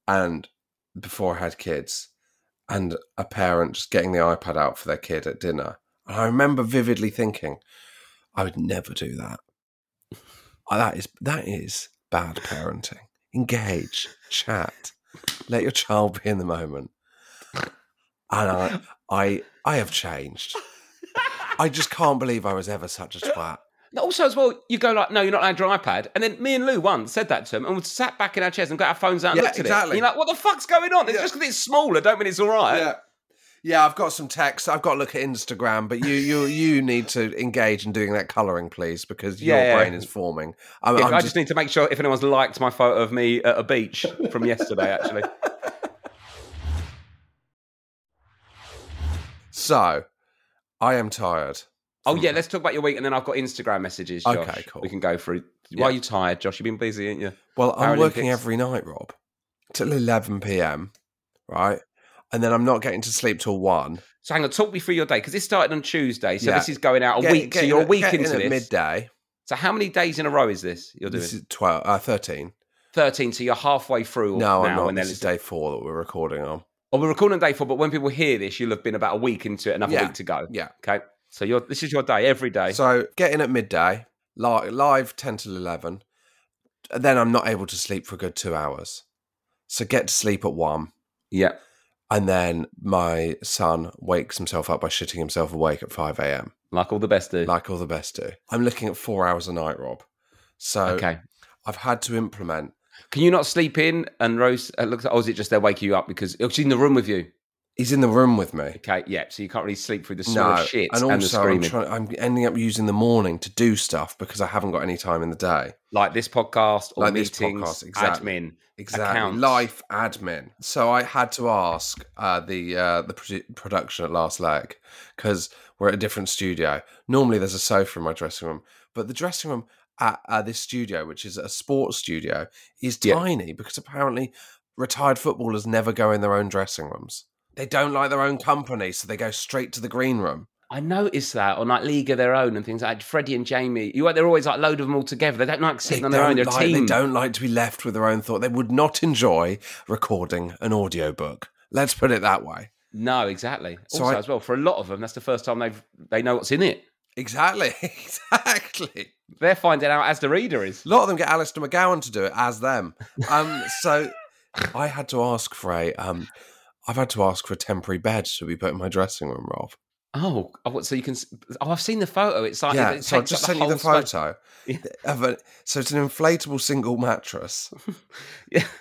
Speaker 1: and before I had kids, and a parent just getting the iPad out for their kid at dinner. And I remember vividly thinking, I would never do that. Uh, That is that is bad parenting. Engage, chat, let your child be in the moment. And I, I, I have changed. I just can't believe I was ever such a twat.
Speaker 2: Also, as well, you go like, no, you're not allowed your iPad. And then me and Lou once said that to him, and we sat back in our chairs and got our phones out and
Speaker 1: Yeah,
Speaker 2: looked at it.
Speaker 1: exactly.
Speaker 2: And you're like, what the fuck's going on? It's
Speaker 1: Yeah.
Speaker 2: just because it's smaller, don't mean it's all right.
Speaker 1: yeah. Yeah, I've got some text. I've got to look at Instagram, but you
Speaker 2: [LAUGHS]
Speaker 1: you you need to engage in doing that colouring, please, because your
Speaker 2: Yeah.
Speaker 1: brain is forming. I'm,
Speaker 2: Yeah,
Speaker 1: I'm
Speaker 2: I
Speaker 1: just,
Speaker 2: just need to make sure if anyone's liked my photo of me at a beach from yesterday,
Speaker 1: [LAUGHS]
Speaker 2: actually.
Speaker 1: so I am tired.
Speaker 2: Oh yeah, let's talk about your week, and then I've got Instagram messages. Josh.
Speaker 1: Okay, cool.
Speaker 2: We can go through. Why are you tired, Josh? You've been busy, ain't you?
Speaker 1: Well, I'm working
Speaker 2: Paralympics.
Speaker 1: every night, Rob, till eleven PM, right? And then I'm not getting to sleep till one.
Speaker 2: So hang on, talk me through your day because this started on Tuesday, so
Speaker 1: Yeah.
Speaker 2: this is going out a
Speaker 1: Get-
Speaker 2: week.
Speaker 1: get
Speaker 2: so
Speaker 1: in
Speaker 2: you're a
Speaker 1: at-
Speaker 2: week
Speaker 1: get in
Speaker 2: into
Speaker 1: at
Speaker 2: this.
Speaker 1: midday.
Speaker 2: So how many days in a row is this you're doing?
Speaker 1: This is twelve, uh, thirteen.
Speaker 2: Thirteen. So you're halfway through. now,
Speaker 1: No, I'm not.
Speaker 2: And then
Speaker 1: This
Speaker 2: it's
Speaker 1: is day four that we're recording on.
Speaker 2: Well, we're recording day four, but when people hear this, you'll have been about a week into it, another
Speaker 1: Yeah.
Speaker 2: week to go.
Speaker 1: Yeah.
Speaker 2: Okay. So you're, this is your day every day.
Speaker 1: So get in at midday, live, live 10 till 11. Then I'm not able to sleep for a good two hours. So get to sleep at one.
Speaker 2: yeah.
Speaker 1: And then my son wakes himself up by shitting himself awake at 5 a.m.,
Speaker 2: Like all the best do.
Speaker 1: like all the best do. I'm looking at four hours a night, Rob. So
Speaker 2: okay.
Speaker 1: I've had to implement.
Speaker 2: Can you not sleep in? And Rose uh, looks. Oh, is it just they wake you up because oh, she's in the room with you?
Speaker 1: He's in the room with me.
Speaker 2: Okay, yeah. So you can't really sleep through the smell
Speaker 1: No,
Speaker 2: of shit
Speaker 1: and
Speaker 2: and,
Speaker 1: also
Speaker 2: the
Speaker 1: I'm,
Speaker 2: screaming.
Speaker 1: trying, I'm ending up using the morning to do stuff because I haven't got any time in the day.
Speaker 2: like this podcast or
Speaker 1: Like this
Speaker 2: meetings,
Speaker 1: podcast, exactly.
Speaker 2: admin.
Speaker 1: Exactly.
Speaker 2: accounts.
Speaker 1: Life admin. So I had to ask uh, the uh, the produ- production at Last Leg because we're at a different studio. Normally there's a sofa in my dressing room, but the dressing room at uh, this studio, which is a sports studio, is
Speaker 2: Yeah.
Speaker 1: tiny because apparently retired footballers never go in their own dressing rooms. They don't like their own company, so they go straight to the green room.
Speaker 2: I noticed that on like League of Their Own and things like Freddie and Jamie. You they're always like load of them all together. They don't like sitting on their own. They're
Speaker 1: don't
Speaker 2: a
Speaker 1: like,
Speaker 2: team.
Speaker 1: they don't like to be left with their own thought. They would not enjoy recording an audiobook. Let's put it that way.
Speaker 2: No, exactly.
Speaker 1: So
Speaker 2: also,
Speaker 1: I-
Speaker 2: as well, for a lot of them, that's the first time they've they know what's in it.
Speaker 1: Exactly, [LAUGHS] exactly.
Speaker 2: They're finding out as the reader is.
Speaker 1: A lot of them get Alistair McGowan to do it as them. Um, so I had to ask for a, um, I've had to ask for a temporary bed to be put in my dressing room, Rob.
Speaker 2: Oh, oh, what? So you can. s- Oh, I've seen the photo. It's like
Speaker 1: yeah,
Speaker 2: It
Speaker 1: so I
Speaker 2: takes up
Speaker 1: just sent you
Speaker 2: whole
Speaker 1: the photo.
Speaker 2: Yeah.
Speaker 1: Of a, so it's an inflatable single mattress.
Speaker 2: space. [LAUGHS] Yeah.
Speaker 1: [LAUGHS]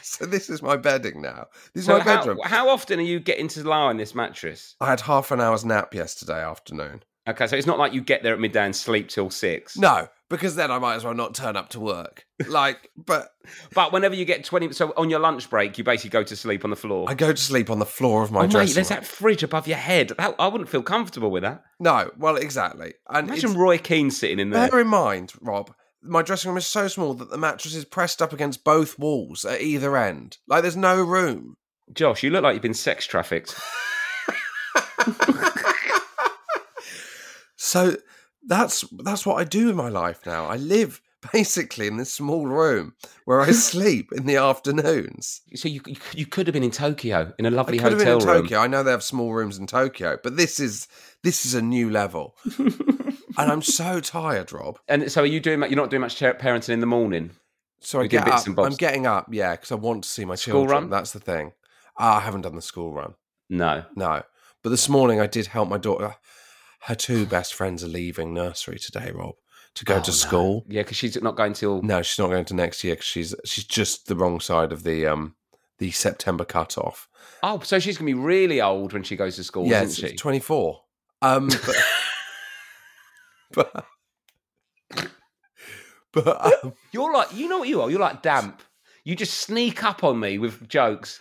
Speaker 1: So this is my bedding now. This is
Speaker 2: So
Speaker 1: my
Speaker 2: how,
Speaker 1: bedroom.
Speaker 2: how often are you getting to lie on this mattress?
Speaker 1: I had half an hour's nap yesterday afternoon.
Speaker 2: Okay, so it's not like you get there at midday and sleep till six.
Speaker 1: No, because then I might as well not turn up to work. Like, but
Speaker 2: But whenever you get 20, so on your lunch break, you basically go to sleep on the floor.
Speaker 1: I go to sleep on the floor of my
Speaker 2: oh, mate,
Speaker 1: dressing
Speaker 2: there's
Speaker 1: room.
Speaker 2: that fridge above your head. That, I wouldn't feel comfortable with that.
Speaker 1: No, well, exactly. And
Speaker 2: Imagine
Speaker 1: it's-
Speaker 2: Roy Keane sitting in there.
Speaker 1: bear in mind, Rob, my dressing room is so small that the mattress is pressed up against both walls at either end. Like, there's no room.
Speaker 2: Josh, you look like you've been sex trafficked.
Speaker 1: So that's that's what I do in my life now. I live [LAUGHS] basically in this small room
Speaker 2: [LAUGHS]
Speaker 1: where I sleep in the afternoons.
Speaker 2: So you, you, you could have been in Tokyo in a
Speaker 1: I
Speaker 2: lovely
Speaker 1: could have been
Speaker 2: hotel
Speaker 1: in
Speaker 2: room.
Speaker 1: Tokyo. I know they have small rooms in Tokyo, but this is this is a
Speaker 2: [LAUGHS]
Speaker 1: new level. and I'm so tired, Rob.
Speaker 2: And so are you doing? mu- You're not doing much ter- parenting in the morning.
Speaker 1: So I
Speaker 2: You're doing
Speaker 1: get
Speaker 2: bits
Speaker 1: up.
Speaker 2: and bobs.
Speaker 1: I'm getting up, yeah, because I want to see my
Speaker 2: School
Speaker 1: children.
Speaker 2: run?
Speaker 1: That's the thing. Ah, I haven't done the school run.
Speaker 2: No.
Speaker 1: No. But this morning I did help my daughter. Her two best friends are leaving nursery today, Rob, to go
Speaker 2: Oh,
Speaker 1: to
Speaker 2: no.
Speaker 1: school.
Speaker 2: Yeah, because she's not going till.
Speaker 1: No, she's not going to next year because she's she's just the wrong side of the um the September cutoff.
Speaker 2: Oh, so she's gonna be really old when she goes to school,
Speaker 1: yes,
Speaker 2: isn't she?
Speaker 1: twenty four.
Speaker 2: [LAUGHS]
Speaker 1: Um, but but, [LAUGHS] but, um, [LAUGHS]
Speaker 2: You're like, you know what you are. You're like damp. You just sneak up on me with jokes.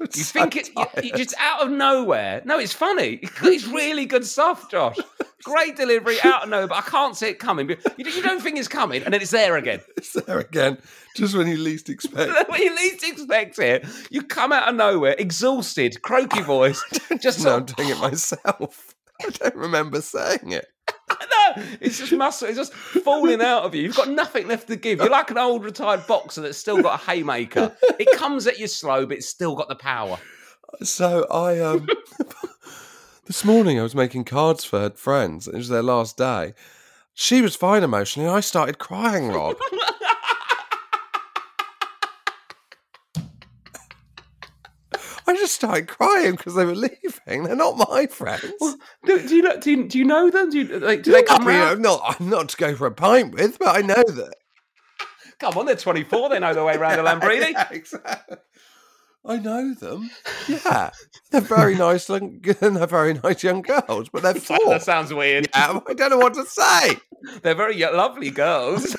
Speaker 2: You
Speaker 1: so
Speaker 2: think it, you, you just out of nowhere. No, it's funny. [LAUGHS] It's really good stuff, Josh. Great delivery out of nowhere, but I can't see it coming. You, you don't think it's coming, and then it's there again. [LAUGHS]
Speaker 1: it's there again, just when you least expect.
Speaker 2: when you least expect it, you come out of nowhere, exhausted, croaky voice,
Speaker 1: [LAUGHS]
Speaker 2: just
Speaker 1: no, I'm
Speaker 2: sort of,
Speaker 1: doing it myself. [LAUGHS] I don't remember saying it.
Speaker 2: no, it's just muscle, it's just falling out of you. You've got nothing left to give. You're like an old retired boxer that's still got a haymaker. It comes at you slow, but it's still got the power.
Speaker 1: So I um [LAUGHS] this morning I was making cards for her friends. It was their last day. She was fine emotionally. and I started crying, Rob. I just started crying because they were leaving. They're not my friends.
Speaker 2: Do, do you know? Do you, do you know them? Do you like? Do they come
Speaker 1: I mean,
Speaker 2: round?
Speaker 1: I'm not. I'm not to go for a pint with, but I know that.
Speaker 2: Come on, they're 24. They know their way around the [LAUGHS] Lambrini.
Speaker 1: [LAUGHS] Yeah, exactly. I
Speaker 2: [LAUGHS]
Speaker 1: know them. Yeah, they're very nice. looking- [LAUGHS] They're very nice young girls,
Speaker 2: [LAUGHS]
Speaker 1: but they're four.
Speaker 2: That sounds weird.
Speaker 1: Um, I don't know what to say.
Speaker 2: [LAUGHS] They're very y- lovely
Speaker 1: [LAUGHS]
Speaker 2: girls.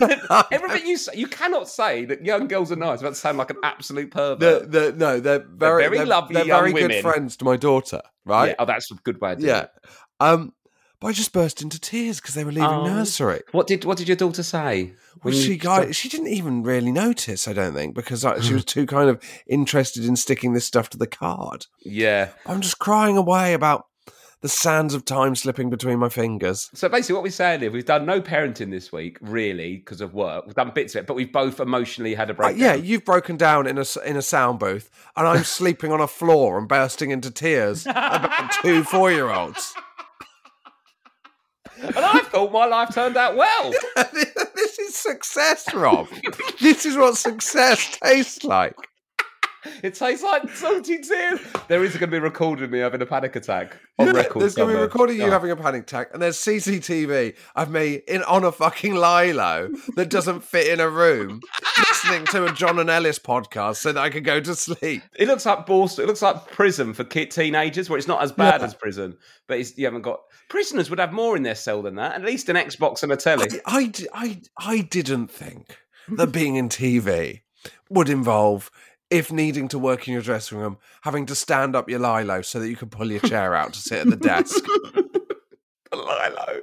Speaker 2: Everything you say, you cannot say that young girls are nice. That sound like an absolute pervert.
Speaker 1: The, the, no, they're very,
Speaker 2: very
Speaker 1: they're-
Speaker 2: lovely
Speaker 1: They're
Speaker 2: young
Speaker 1: very
Speaker 2: women.
Speaker 1: good friends to my daughter,
Speaker 2: Yeah.
Speaker 1: right?
Speaker 2: Oh, that's a good way. Of
Speaker 1: Yeah.
Speaker 2: doing it.
Speaker 1: Um, but I just burst into tears because they were leaving
Speaker 2: Oh.
Speaker 1: nursery.
Speaker 2: What did What did your daughter say? When
Speaker 1: Well, she
Speaker 2: you-
Speaker 1: got, she didn't even really notice, I don't think, because I,
Speaker 2: [LAUGHS]
Speaker 1: she was too kind of interested in sticking this stuff to the card.
Speaker 2: Yeah.
Speaker 1: I'm just crying away about the sands of time slipping between my fingers.
Speaker 2: So basically, what we're saying is we've done no parenting this week, really, because of work. We've done bits of it, but we've both emotionally had a
Speaker 1: Uh,
Speaker 2: break.
Speaker 1: yeah, you've broken down in a s- in a sound booth, and I'm sleeping on a floor and bursting into tears about two four year olds.
Speaker 2: And I thought my life turned out well.
Speaker 1: [LAUGHS] this is success, Rob. this is what success tastes like.
Speaker 2: It tastes like salty tears. There is going to be recorded me having a panic attack on record.
Speaker 1: there's going to be
Speaker 2: somewhere.
Speaker 1: recording you
Speaker 2: Oh.
Speaker 1: having a panic attack, and there's CCTV of me in on a fucking lilo that doesn't fit in a room, listening to a John and Ellis podcast so that I could go to sleep.
Speaker 2: It looks like Boston. It looks like prison for kid teenagers, where it's not as bad as prison, but it's, you haven't got prisoners would have more in their cell than that. At least an Xbox and a telly.
Speaker 1: I, I, d- I- I didn't think
Speaker 2: Mm-hmm.
Speaker 1: that being in TV would involve, if needing to work in your dressing room, having to stand up your lilo so that you could pull your chair out to sit at
Speaker 2: [LAUGHS]
Speaker 1: the desk.
Speaker 2: Lilo.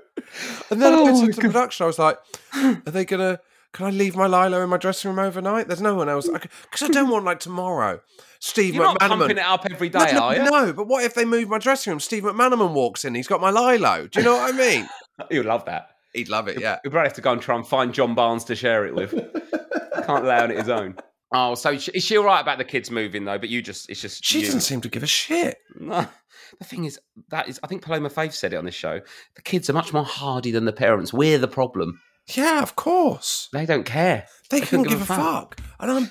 Speaker 1: And then
Speaker 2: Oh
Speaker 1: I
Speaker 2: my
Speaker 1: listened to the production. I
Speaker 2: [GASPS]
Speaker 1: was like, are they gonna? Can I leave my Lilo in my dressing room overnight? There's no one else. Because I, don't want like tomorrow. Steve
Speaker 2: You're not pumping
Speaker 1: McManaman.
Speaker 2: it up every day,
Speaker 1: No, no,
Speaker 2: are you?
Speaker 1: no, but what if they move my dressing room? Steve McManaman walks in. He's got my Lilo. Do you know what I mean?
Speaker 2: You'd love that.
Speaker 1: He'd love it. Yeah.
Speaker 2: We probably have to go and try and find John Barnes to share it with. Can't lay on it his own. Oh, so she, is she all right about the kids moving though? But you just—it's just
Speaker 1: She
Speaker 2: you.
Speaker 1: doesn't seem to give a shit.
Speaker 2: No. The thing is, that is, I think Paloma Faith said it on this show. The kids are much more hardy than the parents. We're the problem.
Speaker 1: Yeah, of course.
Speaker 2: They don't care.
Speaker 1: They
Speaker 2: couldn't
Speaker 1: couldn't give, a fuck. And I'm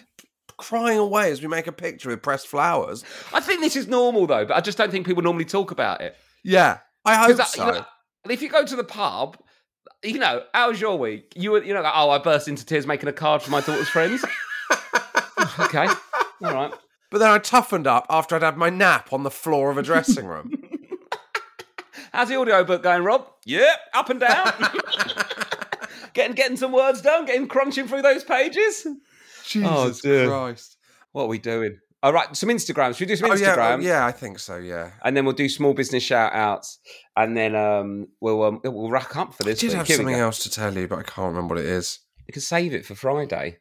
Speaker 1: crying away as we make a picture with pressed flowers.
Speaker 2: I think this is normal though, but I just don't think people normally talk about it.
Speaker 1: Yeah, I hope
Speaker 2: 'Cause, uh,
Speaker 1: so.
Speaker 2: you know, if you go to the pub, you know, how was your week? You were, you know, like, oh, I burst into tears making a card for my daughter's friends.
Speaker 1: [LAUGHS]
Speaker 2: Oh, okay, all right.
Speaker 1: But then I toughened up after I'd had my nap on the floor of a dressing [LAUGHS] room.
Speaker 2: Oh,
Speaker 1: [LAUGHS]
Speaker 2: How's the audiobook going, Rob? Yep, up and down. [LAUGHS] Getting getting some words down, getting crunching through those pages.
Speaker 1: Jesus
Speaker 2: dear.
Speaker 1: Christ.
Speaker 2: What are we doing? All right, some Instagrams. Should we do some
Speaker 1: Oh,
Speaker 2: Instagrams?
Speaker 1: yeah, well, yeah, I think so, yeah.
Speaker 2: And then we'll do small business shout outs. And then um, we'll um, we'll rack up for
Speaker 1: I
Speaker 2: this.
Speaker 1: did
Speaker 2: week.
Speaker 1: have
Speaker 2: Here we
Speaker 1: something
Speaker 2: go.
Speaker 1: else to tell you, but I can't remember what it is.
Speaker 2: We can save it for Friday.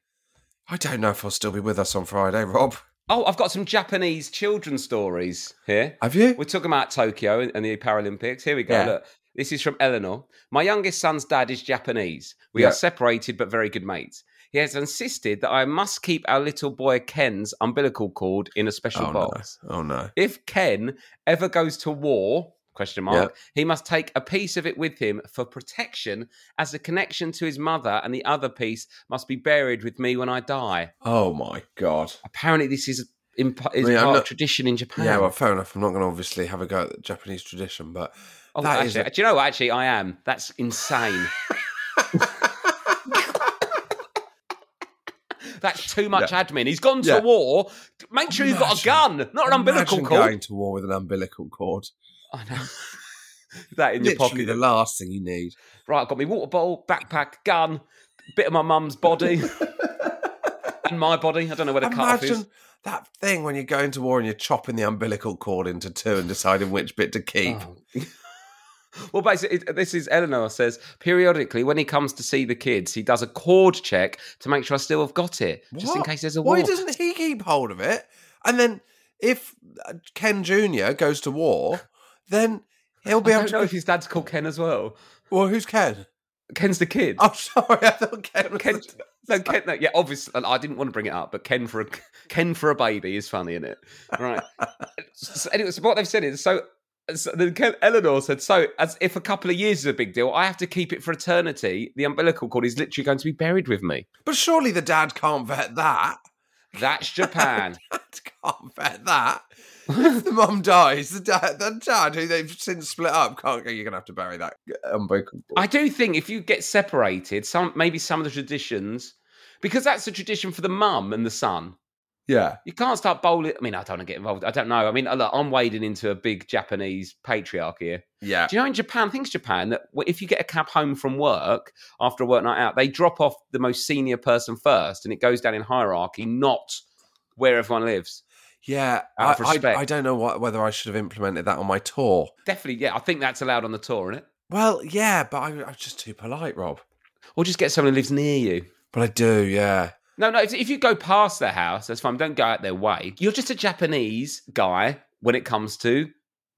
Speaker 1: I don't know if he'll still be with us on Friday, Rob.
Speaker 2: Oh, I've got some Japanese children's stories here.
Speaker 1: Have you?
Speaker 2: We're talking about Tokyo and- and the Paralympics. Here we go.
Speaker 1: Yeah.
Speaker 2: Look, this is from Eleanor. My youngest son's dad is Japanese. We
Speaker 1: Yeah.
Speaker 2: are separated but very good mates. He has insisted that I must keep our little boy Ken's umbilical cord in a special
Speaker 1: Oh no.
Speaker 2: box.
Speaker 1: oh no.
Speaker 2: If Ken ever goes to war, question mark, he must take a piece of it with him for protection as a connection to his mother, and the other piece must be buried with me when I die.
Speaker 1: Oh my god.
Speaker 2: Apparently, this is in, is
Speaker 1: I mean, I'm
Speaker 2: part of
Speaker 1: not-
Speaker 2: tradition in Japan.
Speaker 1: Yeah, well, fair enough. I'm not going to obviously have a go at the Japanese tradition, but
Speaker 2: Oh,
Speaker 1: that is
Speaker 2: actually, do you know? what? Actually, I am. That's
Speaker 1: [LAUGHS]
Speaker 2: insane. That's too much admin. He's gone to
Speaker 1: Yeah.
Speaker 2: war. Make sure you've got a
Speaker 1: Imagine-
Speaker 2: gun, not an umbilical
Speaker 1: Imagine
Speaker 2: cord.
Speaker 1: going to war with an umbilical cord.
Speaker 2: I know. that in your pocket.
Speaker 1: Literally the last thing you need.
Speaker 2: Right, I've got me water bottle, backpack, gun, bit of my mum's
Speaker 1: [LAUGHS]
Speaker 2: body. and my body. I don't know where the cut off is.
Speaker 1: Imagine that thing when you're going to war and you're chopping the umbilical cord into two and deciding which bit to keep.
Speaker 2: Oh, Well, basically, it- this is Eleanor says periodically when he comes to see the kids, he does a cord check to make sure I still have got it, just in
Speaker 1: What?
Speaker 2: case there's a war.
Speaker 1: Why doesn't he keep hold of it? And then if uh, Ken Jr. goes to war, then he'll
Speaker 2: I
Speaker 1: be able
Speaker 2: don't
Speaker 1: to.
Speaker 2: know if his dad's called Ken as well.
Speaker 1: Well, who's Ken? [LAUGHS]
Speaker 2: Ken's the kid.
Speaker 1: I'm sorry, I thought Ken was. [LAUGHS]
Speaker 2: Ken,
Speaker 1: the-
Speaker 2: no, Ken, no, yeah, obviously, I didn't want to bring it up, but Ken for a [LAUGHS] Ken for a baby is funny, isn't it? Right. so, anyway, so what they've said is so. so then Ken, Eleanor said, "So, as if a couple of years is a big deal, I have to keep it for eternity. The umbilical cord is literally going to be buried with me.
Speaker 1: But surely the dad can't vet that.
Speaker 2: That's Japan.
Speaker 1: Dad [LAUGHS] can't vet that. If the mum dies, the dad, the dad who they've since split up can't go. You're gonna have to bury that umbilical cord.
Speaker 2: I do think if you get separated, some maybe some of the traditions, because that's a tradition for the mum and the son.
Speaker 1: yeah,
Speaker 2: You can't start bowling. I mean, I don't want to get involved. I don't know. I mean, look, I'm wading into a big Japanese patriarch here.
Speaker 1: yeah.
Speaker 2: Do you know in Japan, I think it's Japan, that w- if you get a cab home from work after a work night out, they drop off the most senior person first and it goes down in hierarchy, not where everyone lives.
Speaker 1: Yeah, I,
Speaker 2: Out of
Speaker 1: I,
Speaker 2: respect.
Speaker 1: I don't know what, whether I should have implemented that on my tour.
Speaker 2: Definitely, yeah, I think that's allowed on the tour, isn't it?
Speaker 1: Well, yeah, but I, I'm just too polite, Rob.
Speaker 2: Or just get someone who lives near you.
Speaker 1: But I do, yeah.
Speaker 2: No, no, if, if you go past their house, that's fine. Don't go out their way. You're just a Japanese guy when it comes to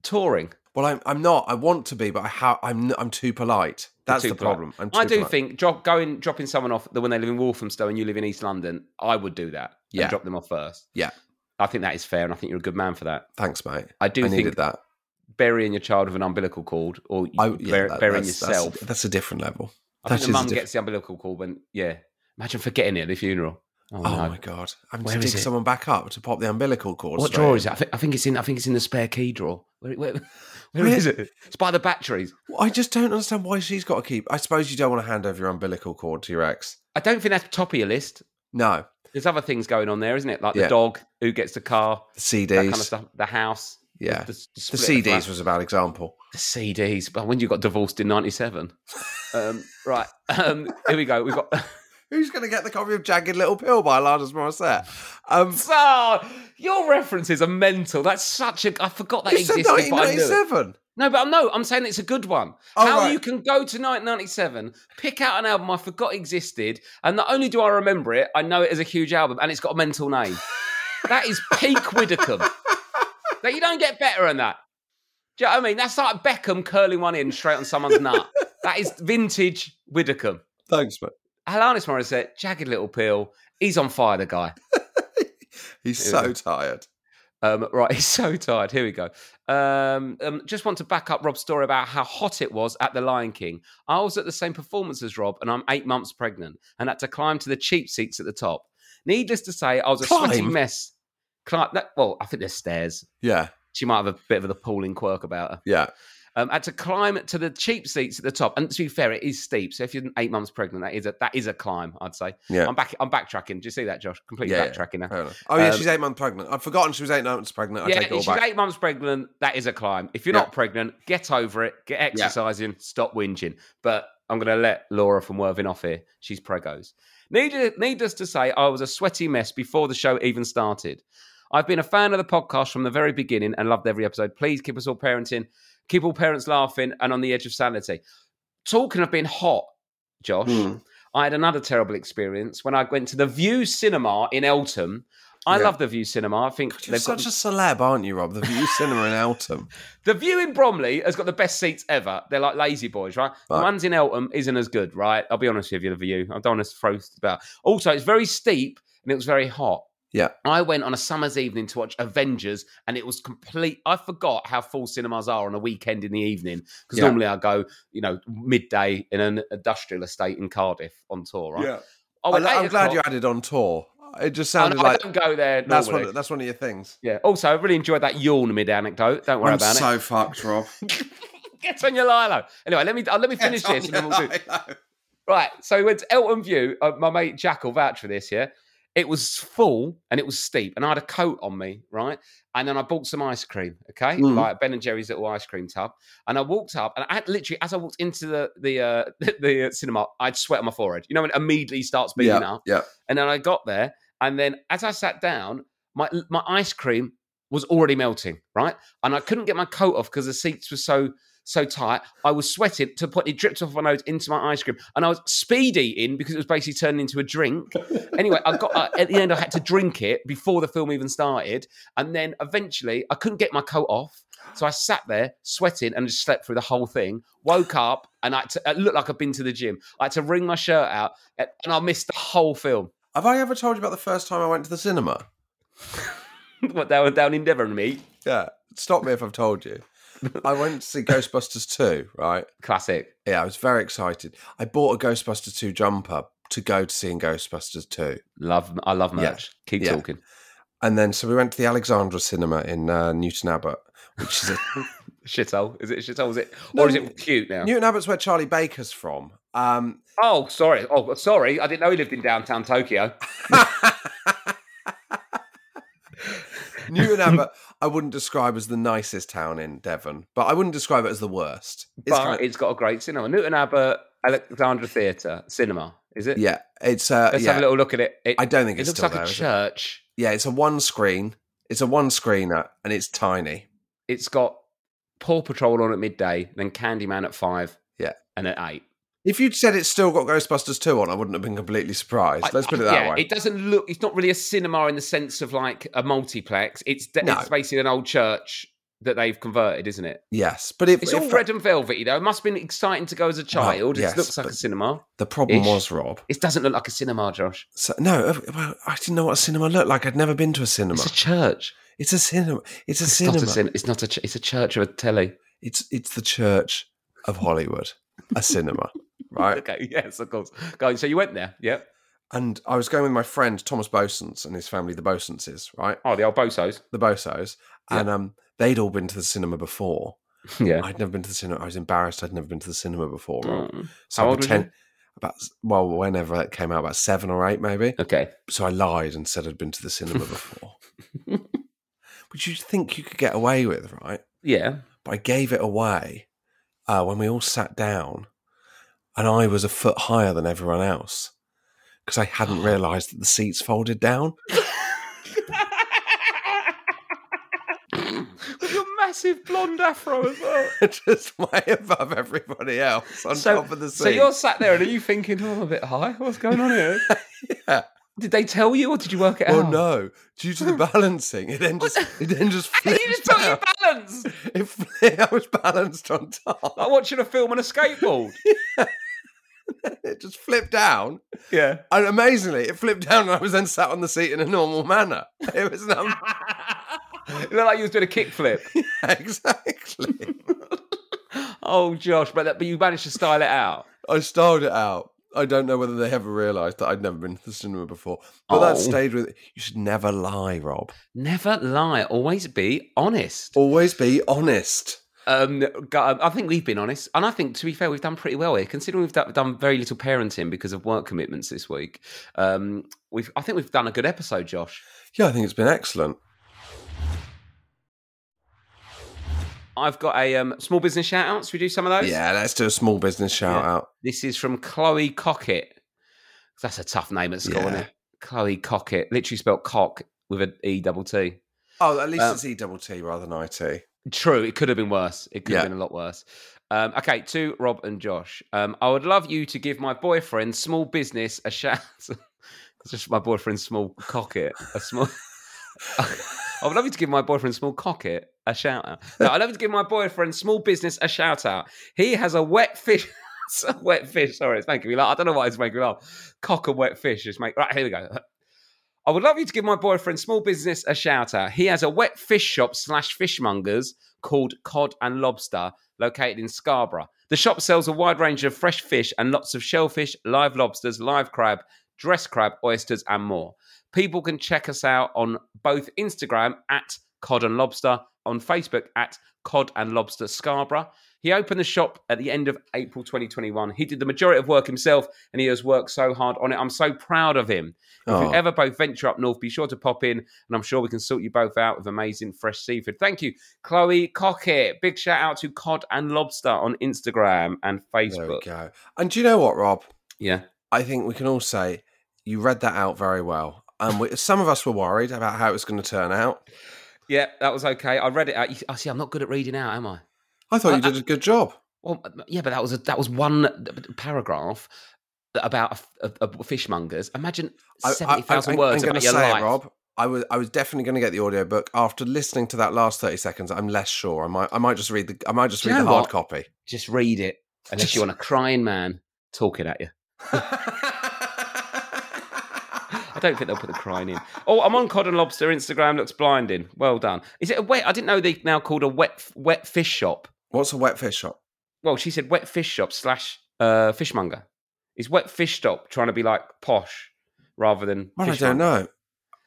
Speaker 2: touring.
Speaker 1: Well, I'm, I'm not. I want to be, but I ha- I'm, n- I'm too polite. That's
Speaker 2: too
Speaker 1: the
Speaker 2: polite.
Speaker 1: problem. I'm
Speaker 2: I
Speaker 1: too
Speaker 2: do
Speaker 1: polite.
Speaker 2: think drop, going dropping someone off that when they live in Walthamstow and you live in East London, I would do that. and
Speaker 1: Yeah.
Speaker 2: drop them off first.
Speaker 1: Yeah.
Speaker 2: I think that is fair, and I think you're a good man for that.
Speaker 1: Thanks, mate.
Speaker 2: I do
Speaker 1: I
Speaker 2: think
Speaker 1: needed that.
Speaker 2: burying your child with an umbilical cord or
Speaker 1: I,
Speaker 2: bur-
Speaker 1: yeah, that-
Speaker 2: burying
Speaker 1: that's-
Speaker 2: yourself.
Speaker 1: That's, that's a different level.
Speaker 2: I
Speaker 1: that
Speaker 2: think
Speaker 1: is a
Speaker 2: the mum
Speaker 1: diff-
Speaker 2: gets the umbilical cord when, yeah. Imagine forgetting it at the funeral. Oh,
Speaker 1: Oh,
Speaker 2: no.
Speaker 1: my god! I'm
Speaker 2: Where
Speaker 1: to
Speaker 2: is
Speaker 1: dig
Speaker 2: it?
Speaker 1: someone back up to pop the umbilical cord.
Speaker 2: What
Speaker 1: straight
Speaker 2: drawer
Speaker 1: in.
Speaker 2: is it? I think, I think it's in. I think it's in the spare key drawer. Where, where, [LAUGHS] where
Speaker 1: Where-
Speaker 2: is it? It's by the batteries.
Speaker 1: Well, I just don't understand why she's got to keep. I suppose you don't want to hand over your umbilical cord to your ex.
Speaker 2: I don't think that's top of your list.
Speaker 1: No,
Speaker 2: There's other things going on there, isn't it? Like the
Speaker 1: Yeah.
Speaker 2: dog, who gets the car,
Speaker 1: the CDs.
Speaker 2: that kind of stuff, the house.
Speaker 1: Yeah,
Speaker 2: the,
Speaker 1: the
Speaker 2: split of
Speaker 1: CDs
Speaker 2: flat-
Speaker 1: was a bad example.
Speaker 2: the CDs. But when you got divorced in '97, um, right? Um, here we go. We've [LAUGHS] got.
Speaker 1: Who's going to get the copy of Jagged Little Pill by Alanis Morissette? Um,
Speaker 2: So Ah, your references are mental. That's such a. I forgot that
Speaker 1: you said
Speaker 2: existed. but I knew it.
Speaker 1: 1997.
Speaker 2: No, but I'm no. I'm saying it's a good one.
Speaker 1: Oh,
Speaker 2: How
Speaker 1: right.
Speaker 2: you can go to 1997, pick out an album I forgot existed, and not only do I remember it, I know it as a huge album, and it's got a mental name. that is peak Widdicombe. That you don't get better than that. Do you know what I mean? That's like Beckham curling one in straight on someone's nut. That is vintage Widdicombe.
Speaker 1: Thanks, mate.
Speaker 2: Alanis Morissette, jagged little peel. He's on fire, the guy.
Speaker 1: He's
Speaker 2: Here we
Speaker 1: so
Speaker 2: go.
Speaker 1: tired.
Speaker 2: Um, [LAUGHS] right, he's so tired. Here we go. Um, um, just want to back up Rob's story about how hot it was at the Lion King. I was at the same performance as Rob, and I'm eight months pregnant, and had to climb to the cheap seats at the top. Needless to say, I was a sweaty
Speaker 1: Climb?
Speaker 2: mess. Climb, that, well, I think there's stairs.
Speaker 1: Yeah,
Speaker 2: She might have a bit of a pulling quirk about her.
Speaker 1: yeah.
Speaker 2: Um, had to climb to the cheap seats at the top, and to be fair, it is steep. So if you're eight months pregnant, that is a that is a climb. I'd say.
Speaker 1: Yeah.
Speaker 2: I'm back. I'm backtracking. Do you see that, Josh? Completely
Speaker 1: Yeah, yeah.
Speaker 2: backtracking now.
Speaker 1: Fair enough. Oh, yeah,
Speaker 2: Um,
Speaker 1: she's eight months pregnant. I'd forgotten she was eight months pregnant. I
Speaker 2: yeah,
Speaker 1: take it
Speaker 2: if
Speaker 1: all
Speaker 2: she's
Speaker 1: back.
Speaker 2: eight months pregnant, that is a climb. If you're
Speaker 1: Yeah.
Speaker 2: not pregnant, get over it, get exercising, stop whinging. But I'm going to let Laura from Worthing off here. She's pregos. Needless, needless to say, I was a sweaty mess before the show even started. I've been a fan of the podcast from the very beginning and loved every episode. Please keep us all parenting, keep all parents laughing and on the edge of sanity. Talking of being hot, Josh,
Speaker 1: Hmm.
Speaker 2: I had another terrible experience when I went to the View Cinema in Eltham. I
Speaker 1: Yeah.
Speaker 2: love the View Cinema. I think
Speaker 1: You're such a celeb, aren't you, Rob? The View Cinema
Speaker 2: [LAUGHS]
Speaker 1: in Eltham.
Speaker 2: The view in Bromley has got the best seats ever. They're like lazy boys, right? The
Speaker 1: Right.
Speaker 2: ones in Eltham isn't as good, right? I'll be honest with you, the view. I don't want to throw about. Also, it's very steep and it was very hot.
Speaker 1: Yeah.
Speaker 2: I went on a summer's evening to watch Avengers and it was complete. I forgot how full cinemas are on a weekend in the evening because
Speaker 1: Yeah.
Speaker 2: normally I go, you know, midday in an industrial estate in Cardiff on tour, right? I
Speaker 1: I,
Speaker 2: went
Speaker 1: am
Speaker 2: Oh, eight
Speaker 1: glad you
Speaker 2: o'clock. Oh,
Speaker 1: added on tour. It just
Speaker 2: I,
Speaker 1: sounded
Speaker 2: know, I
Speaker 1: like
Speaker 2: don't go there normally.
Speaker 1: that's one, that's one of your things.
Speaker 2: yeah. Also, I really enjoyed that yawn mid anecdote. Don't worry
Speaker 1: I'm
Speaker 2: about it.
Speaker 1: so fucked, Rob.
Speaker 2: Get on your lilo. Anyway, let me uh, let me [LAUGHS] finish this
Speaker 1: Yes,
Speaker 2: and then we'll do.
Speaker 1: [LAUGHS] I know.
Speaker 2: Right. So we went to Elton View. Uh, my mate Jack will vouch for this. Yeah, it was full and it was steep, and I had a coat on me, right? And then I bought some ice cream, okay,
Speaker 1: Mhm.
Speaker 2: like Ben and Jerry's little ice cream tub. And I walked up, and I had, literally as I walked into the the uh, [LAUGHS] the uh, cinema, I'd sweat on my forehead. You know, when it immediately starts beating
Speaker 1: Yeah,
Speaker 2: up.
Speaker 1: yeah.
Speaker 2: And then I got there, and then as I sat down, my my ice cream was already melting, right? And I couldn't get my coat off because the seats were so so tight. I was sweating to put it dripped off my nose into my ice cream, and I was speed eating because it was basically turning into a drink. anyway, I got uh, at the end. I had to drink it before the film even started, and then eventually I couldn't get my coat off. So I sat there sweating and just slept through the whole thing. Woke up and I, had to, it looked like I'd been to the gym. I had to wring my shirt out and and I missed the whole film.
Speaker 1: Have I ever told you about the first time I went to the cinema?
Speaker 2: [LAUGHS] what they were down in Devon, me
Speaker 1: Yeah. Stop me if I've told you. I went
Speaker 2: [LAUGHS]
Speaker 1: to see Ghostbusters 2, right?
Speaker 2: classic.
Speaker 1: Yeah, I was very excited. I bought a Ghostbusters 2 jumper to go to seeing Ghostbusters 2.
Speaker 2: Love, I love
Speaker 1: Yeah.
Speaker 2: merch. Keep
Speaker 1: Yeah.
Speaker 2: talking.
Speaker 1: And then, so we went to the Alexandra Cinema in uh, Newton Abbott,
Speaker 2: [LAUGHS]
Speaker 1: which is a
Speaker 2: Shithole, is it shithole? Is it
Speaker 1: No,
Speaker 2: or is it cute now?
Speaker 1: Newton Abbott's where Charlie Baker's from. Um,
Speaker 2: oh, sorry. Oh, sorry. I didn't know he lived in downtown Tokyo. [LAUGHS]
Speaker 1: Newton Abbott, I wouldn't describe as the nicest town in Devon, but I wouldn't describe it as the worst.
Speaker 2: but
Speaker 1: kind of-
Speaker 2: it's got a great cinema. Newton Abbott Alexandra Theatre cinema. Is it?
Speaker 1: yeah, it's uh,
Speaker 2: Let's
Speaker 1: yeah.
Speaker 2: have a little look at it. It,
Speaker 1: I don't think
Speaker 2: it
Speaker 1: it's
Speaker 2: looks
Speaker 1: still
Speaker 2: like
Speaker 1: there,
Speaker 2: a
Speaker 1: is it?
Speaker 2: church.
Speaker 1: Yeah, it's a one screen. It's a one screener, and it's tiny.
Speaker 2: It's got Paw Patrol on at midday, then Candyman at five.
Speaker 1: Yeah.
Speaker 2: and at eight.
Speaker 1: If you'd said it's still got Ghostbusters two on, I wouldn't have been completely surprised.
Speaker 2: I-
Speaker 1: Let's put it
Speaker 2: I-
Speaker 1: that
Speaker 2: yeah,
Speaker 1: way.
Speaker 2: It doesn't look. It's not really a cinema in the sense of like a multiplex. It's de-
Speaker 1: No.
Speaker 2: it's basically an old church that they've converted, isn't it?
Speaker 1: yes, but if,
Speaker 2: It's
Speaker 1: if Oh,
Speaker 2: all red and velvety though. It must have been exciting to go as a child.
Speaker 1: yes,
Speaker 2: it looks like a
Speaker 1: but-
Speaker 2: cinema.
Speaker 1: the problem
Speaker 2: ish.
Speaker 1: was Rob.
Speaker 2: It doesn't look like a cinema, Josh.
Speaker 1: So, no, uh, well, I didn't know what a cinema looked like. I'd never been to a cinema.
Speaker 2: It's a church.
Speaker 1: It's a cinema. It's a
Speaker 2: It's
Speaker 1: cinema.
Speaker 2: not a cin- It's not a. Ch- it's a church of a telly.
Speaker 1: it's it's the church of Hollywood, a cinema, right?
Speaker 2: Okay. [LAUGHS] Yes, of course. Go. on, So you went there. Yeah.
Speaker 1: And I was going with my friend Thomas Bosons and his family, the Bosenses, right?
Speaker 2: Oh, the old bosos. [LAUGHS]
Speaker 1: The Bosos,
Speaker 2: Yeah.
Speaker 1: and um, they'd all been to the cinema before.
Speaker 2: yeah.
Speaker 1: I'd never been to the cinema. I was embarrassed. I'd never been to the cinema before. Right?
Speaker 2: Mm.
Speaker 1: So
Speaker 2: How
Speaker 1: I
Speaker 2: old was
Speaker 1: pretend- About well, whenever it came out, about seven or eight, maybe.
Speaker 2: Okay.
Speaker 1: So I lied and said I'd been to
Speaker 2: [LAUGHS]
Speaker 1: the cinema before, which you'd think you could get away with, right?
Speaker 2: Yeah. [LAUGHS]
Speaker 1: but I gave it away uh, when we all sat down, and I was a foot higher than everyone else because I
Speaker 2: [GASPS]
Speaker 1: hadn't realised that the seats folded down.
Speaker 2: With your massive blonde afro as well.
Speaker 1: [LAUGHS] Just way above everybody else on top of the seat.
Speaker 2: so you're sat there and are you thinking, oh, I'm a bit high? What's going on here?
Speaker 1: [LAUGHS] Yeah.
Speaker 2: Did they tell you or did you work it
Speaker 1: Well,
Speaker 2: out?
Speaker 1: no, due to the balancing, it then just it then just
Speaker 2: [LAUGHS] You
Speaker 1: flipped
Speaker 2: just took your
Speaker 1: out.
Speaker 2: balance.
Speaker 1: It flipped, [LAUGHS] I was balanced on top. [LAUGHS]
Speaker 2: Like watching a film on a skateboard.
Speaker 1: It just flipped down,
Speaker 2: yeah.
Speaker 1: and amazingly, it flipped down, and I was then sat on the seat in a normal manner. It was an
Speaker 2: [LAUGHS] It looked like you was doing a kickflip.
Speaker 1: [LAUGHS] exactly.
Speaker 2: oh, Josh, but, that, but you managed to style it out.
Speaker 1: I styled it out. I don't know whether they ever realised that I'd never been to the cinema before. But that
Speaker 2: Oh.
Speaker 1: stayed with you should never lie, Rob.
Speaker 2: Never lie. Always be honest.
Speaker 1: Always be honest.
Speaker 2: Um, go- I think we've been honest, and I think to be fair, we've done pretty well here, considering we've done, done very little parenting because of work commitments this week. Um, we've, I think we've done a good episode, Josh.
Speaker 1: Yeah, I think it's been excellent.
Speaker 2: I've got a um, small business shout out. Should we do some of those?
Speaker 1: Yeah, let's do a small business shout
Speaker 2: Yeah.
Speaker 1: out.
Speaker 2: This is from Chloe Cockett. That's a tough name at school,
Speaker 1: Yeah.
Speaker 2: isn't it? Chloe Cockett, literally spelled cock with an E double T.
Speaker 1: Oh, at least
Speaker 2: Um,
Speaker 1: it's E double T rather than IT.
Speaker 2: True, it could have been worse. It could
Speaker 1: Yeah.
Speaker 2: have been a lot worse. Um, okay, to Rob and Josh. Um, I would love you to give my boyfriend small business a shout. [LAUGHS] it's just my boyfriend's small cocket. A small. [LAUGHS] I would love you to give my boyfriend small cocket a shout out. No, I'd love you to give my boyfriend small business a shout out. He has a wet fish. [LAUGHS] it's a wet fish. Sorry, it's making me laugh. I don't know why it's making me laugh. Cock and wet fish. Just make right. Here we go. I would love you to give my boyfriend small business a shout out. He has a wet fish shop slash fishmongers called Cod and Lobster, located in Scarborough. The shop sells a wide range of fresh fish and lots of shellfish, live lobsters, live crab, dress crab, oysters, and more. People can check us out on both Instagram at Cod and Lobster, on Facebook at Cod and Lobster Scarborough. He opened the shop at the end of April 2021. He did the majority of work himself and he has worked so hard on it. I'm so proud of him. If
Speaker 1: Oh.
Speaker 2: you ever both venture up north, be sure to pop in, and I'm sure we can sort you both out with amazing fresh seafood. Thank you, Chloe Cockett. Big shout out to Cod and Lobster on Instagram and
Speaker 1: There we
Speaker 2: Facebook.
Speaker 1: go. And do you know what, Rob?
Speaker 2: Yeah,
Speaker 1: I think we can all say you read that out very well. And we, some of us were worried about how it was going to turn out.
Speaker 2: yeah, that was okay. I read it out. You- I see. I'm not good at reading out, am I?
Speaker 1: I thought you
Speaker 2: I-
Speaker 1: did a good job.
Speaker 2: Well, yeah, but that was a, that was one paragraph about a, a, a fishmongers. Imagine
Speaker 1: I- I-
Speaker 2: seventy thousand
Speaker 1: I'm-
Speaker 2: words
Speaker 1: I'm
Speaker 2: about
Speaker 1: gonna
Speaker 2: your
Speaker 1: say it,
Speaker 2: life.
Speaker 1: Rob. I was I was definitely going to get the audiobook after listening to that last thirty seconds. I'm less sure. I might I might just read the I might just
Speaker 2: Do
Speaker 1: read
Speaker 2: you
Speaker 1: the
Speaker 2: know
Speaker 1: hard
Speaker 2: what? [LAUGHS]
Speaker 1: copy.
Speaker 2: Just read it, unless you want a crying man talking at you. I don't think they'll put the crying in. Oh, I'm on Cod and Lobster Instagram. Looks blinding. Well done. Is it a wet? I didn't know they now called a wet wet fish shop.
Speaker 1: What's a wet fish shop?
Speaker 2: Well, she said wet fish shop slash uh, fishmonger. Is wet fish shop trying to be like posh rather than?
Speaker 1: Well, I
Speaker 2: fishmonger?
Speaker 1: don't know.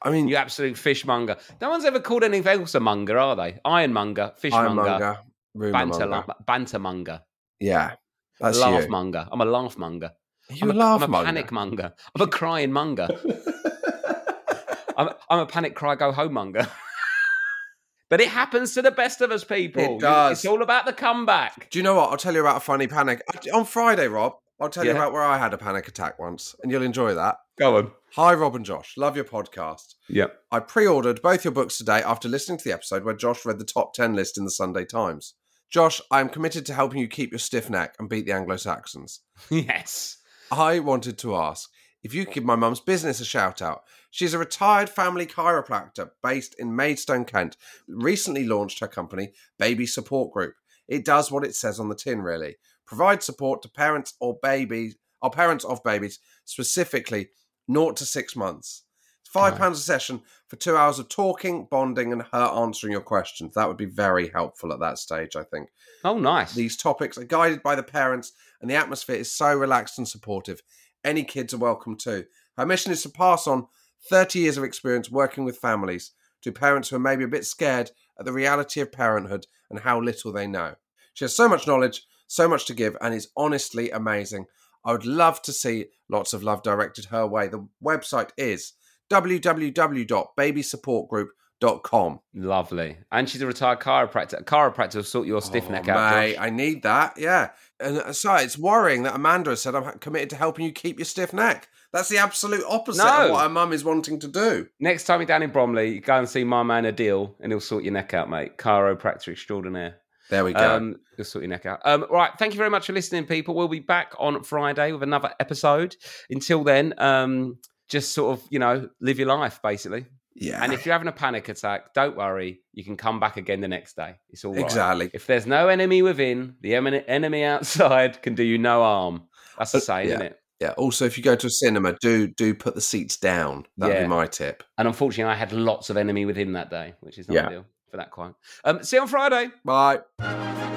Speaker 1: I mean,
Speaker 2: You absolute fishmonger. No one's ever called anything else a monger, are they? Ironmonger, fishmonger,
Speaker 1: ironmonger, rumour
Speaker 2: banter,
Speaker 1: monger.
Speaker 2: bantermonger,
Speaker 1: Yeah, that's you.
Speaker 2: laughmonger. I'm a laughmonger.
Speaker 1: You
Speaker 2: I'm a,
Speaker 1: laugh
Speaker 2: I'm a
Speaker 1: monger.
Speaker 2: panic monger. I'm a crying monger. I'm, I'm a panic cry go home monger. [LAUGHS] but it happens to the best of us people.
Speaker 1: It
Speaker 2: You-
Speaker 1: does.
Speaker 2: It's all about the comeback.
Speaker 1: Do you know what? I'll tell you about a funny panic on Friday, Rob. I'll tell you
Speaker 2: Yeah.
Speaker 1: about where I had a panic attack once, and you'll enjoy that.
Speaker 2: Go on.
Speaker 1: Hi, Rob and Josh. Love your podcast.
Speaker 2: Yep.
Speaker 1: I pre ordered both your books today after listening to the episode where Josh read the top 10 list in the Sunday Times. Josh, I am committed to helping you keep your stiff neck and beat the Anglo Saxons.
Speaker 2: [LAUGHS] yes.
Speaker 1: I wanted to ask if you could give my mum's business a shout out. She's a retired family chiropractor based in Maidstone, Kent. Recently launched her company, Baby Support Group. It does what it says on the tin, really. Provide support to parents or babies or parents of babies, specifically naught to six months. It's five pounds a session for two hours of talking, bonding, and her answering your questions. That would be very helpful at that stage, I think.
Speaker 2: Oh, nice.
Speaker 1: These topics are guided by the parents, and the atmosphere is so relaxed and supportive. Any kids are welcome too. Her mission is to pass on 30 years of experience working with families to parents who are maybe a bit scared at the reality of parenthood and how little they know. She has so much knowledge, so much to give, and is honestly amazing. I would love to see lots of love directed her way. The website is www.babysupportgroup.com.
Speaker 2: Lovely. And she's a retired chiropractor. A chiropractor will sort your stiff
Speaker 1: Oh,
Speaker 2: neck out.
Speaker 1: mate,
Speaker 2: Josh.
Speaker 1: I need that. Yeah. And uh, so it's worrying that Amanda has said I'm committed to helping you keep your stiff neck. That's the absolute opposite of
Speaker 2: No.
Speaker 1: what her mum is wanting to do.
Speaker 2: Next time you're down in Bromley, you go and see my man Adil, and he'll sort your neck out, mate. Chiropractor extraordinaire.
Speaker 1: There we go.
Speaker 2: Um, you'll sort your neck out. Um, right. Thank you very much for listening, people. We'll be back on Friday with another episode. Until then, um, just sort of, you know, live your life, basically.
Speaker 1: yeah.
Speaker 2: And if you're having a panic attack, don't worry. You can come back again the next day. It's all right.
Speaker 1: exactly.
Speaker 2: If there's no enemy within, the emin- enemy outside can do you no harm. That's the
Speaker 1: Uh,
Speaker 2: saying,
Speaker 1: yeah.
Speaker 2: isn't it?
Speaker 1: Yeah. Also, if you go to a cinema, do do put the seats down. That'd
Speaker 2: Yeah.
Speaker 1: be my tip.
Speaker 2: And unfortunately, I had lots of enemy within that day, which is not
Speaker 1: Yeah.
Speaker 2: ideal for that quote. Um, see you on Friday.
Speaker 1: Bye.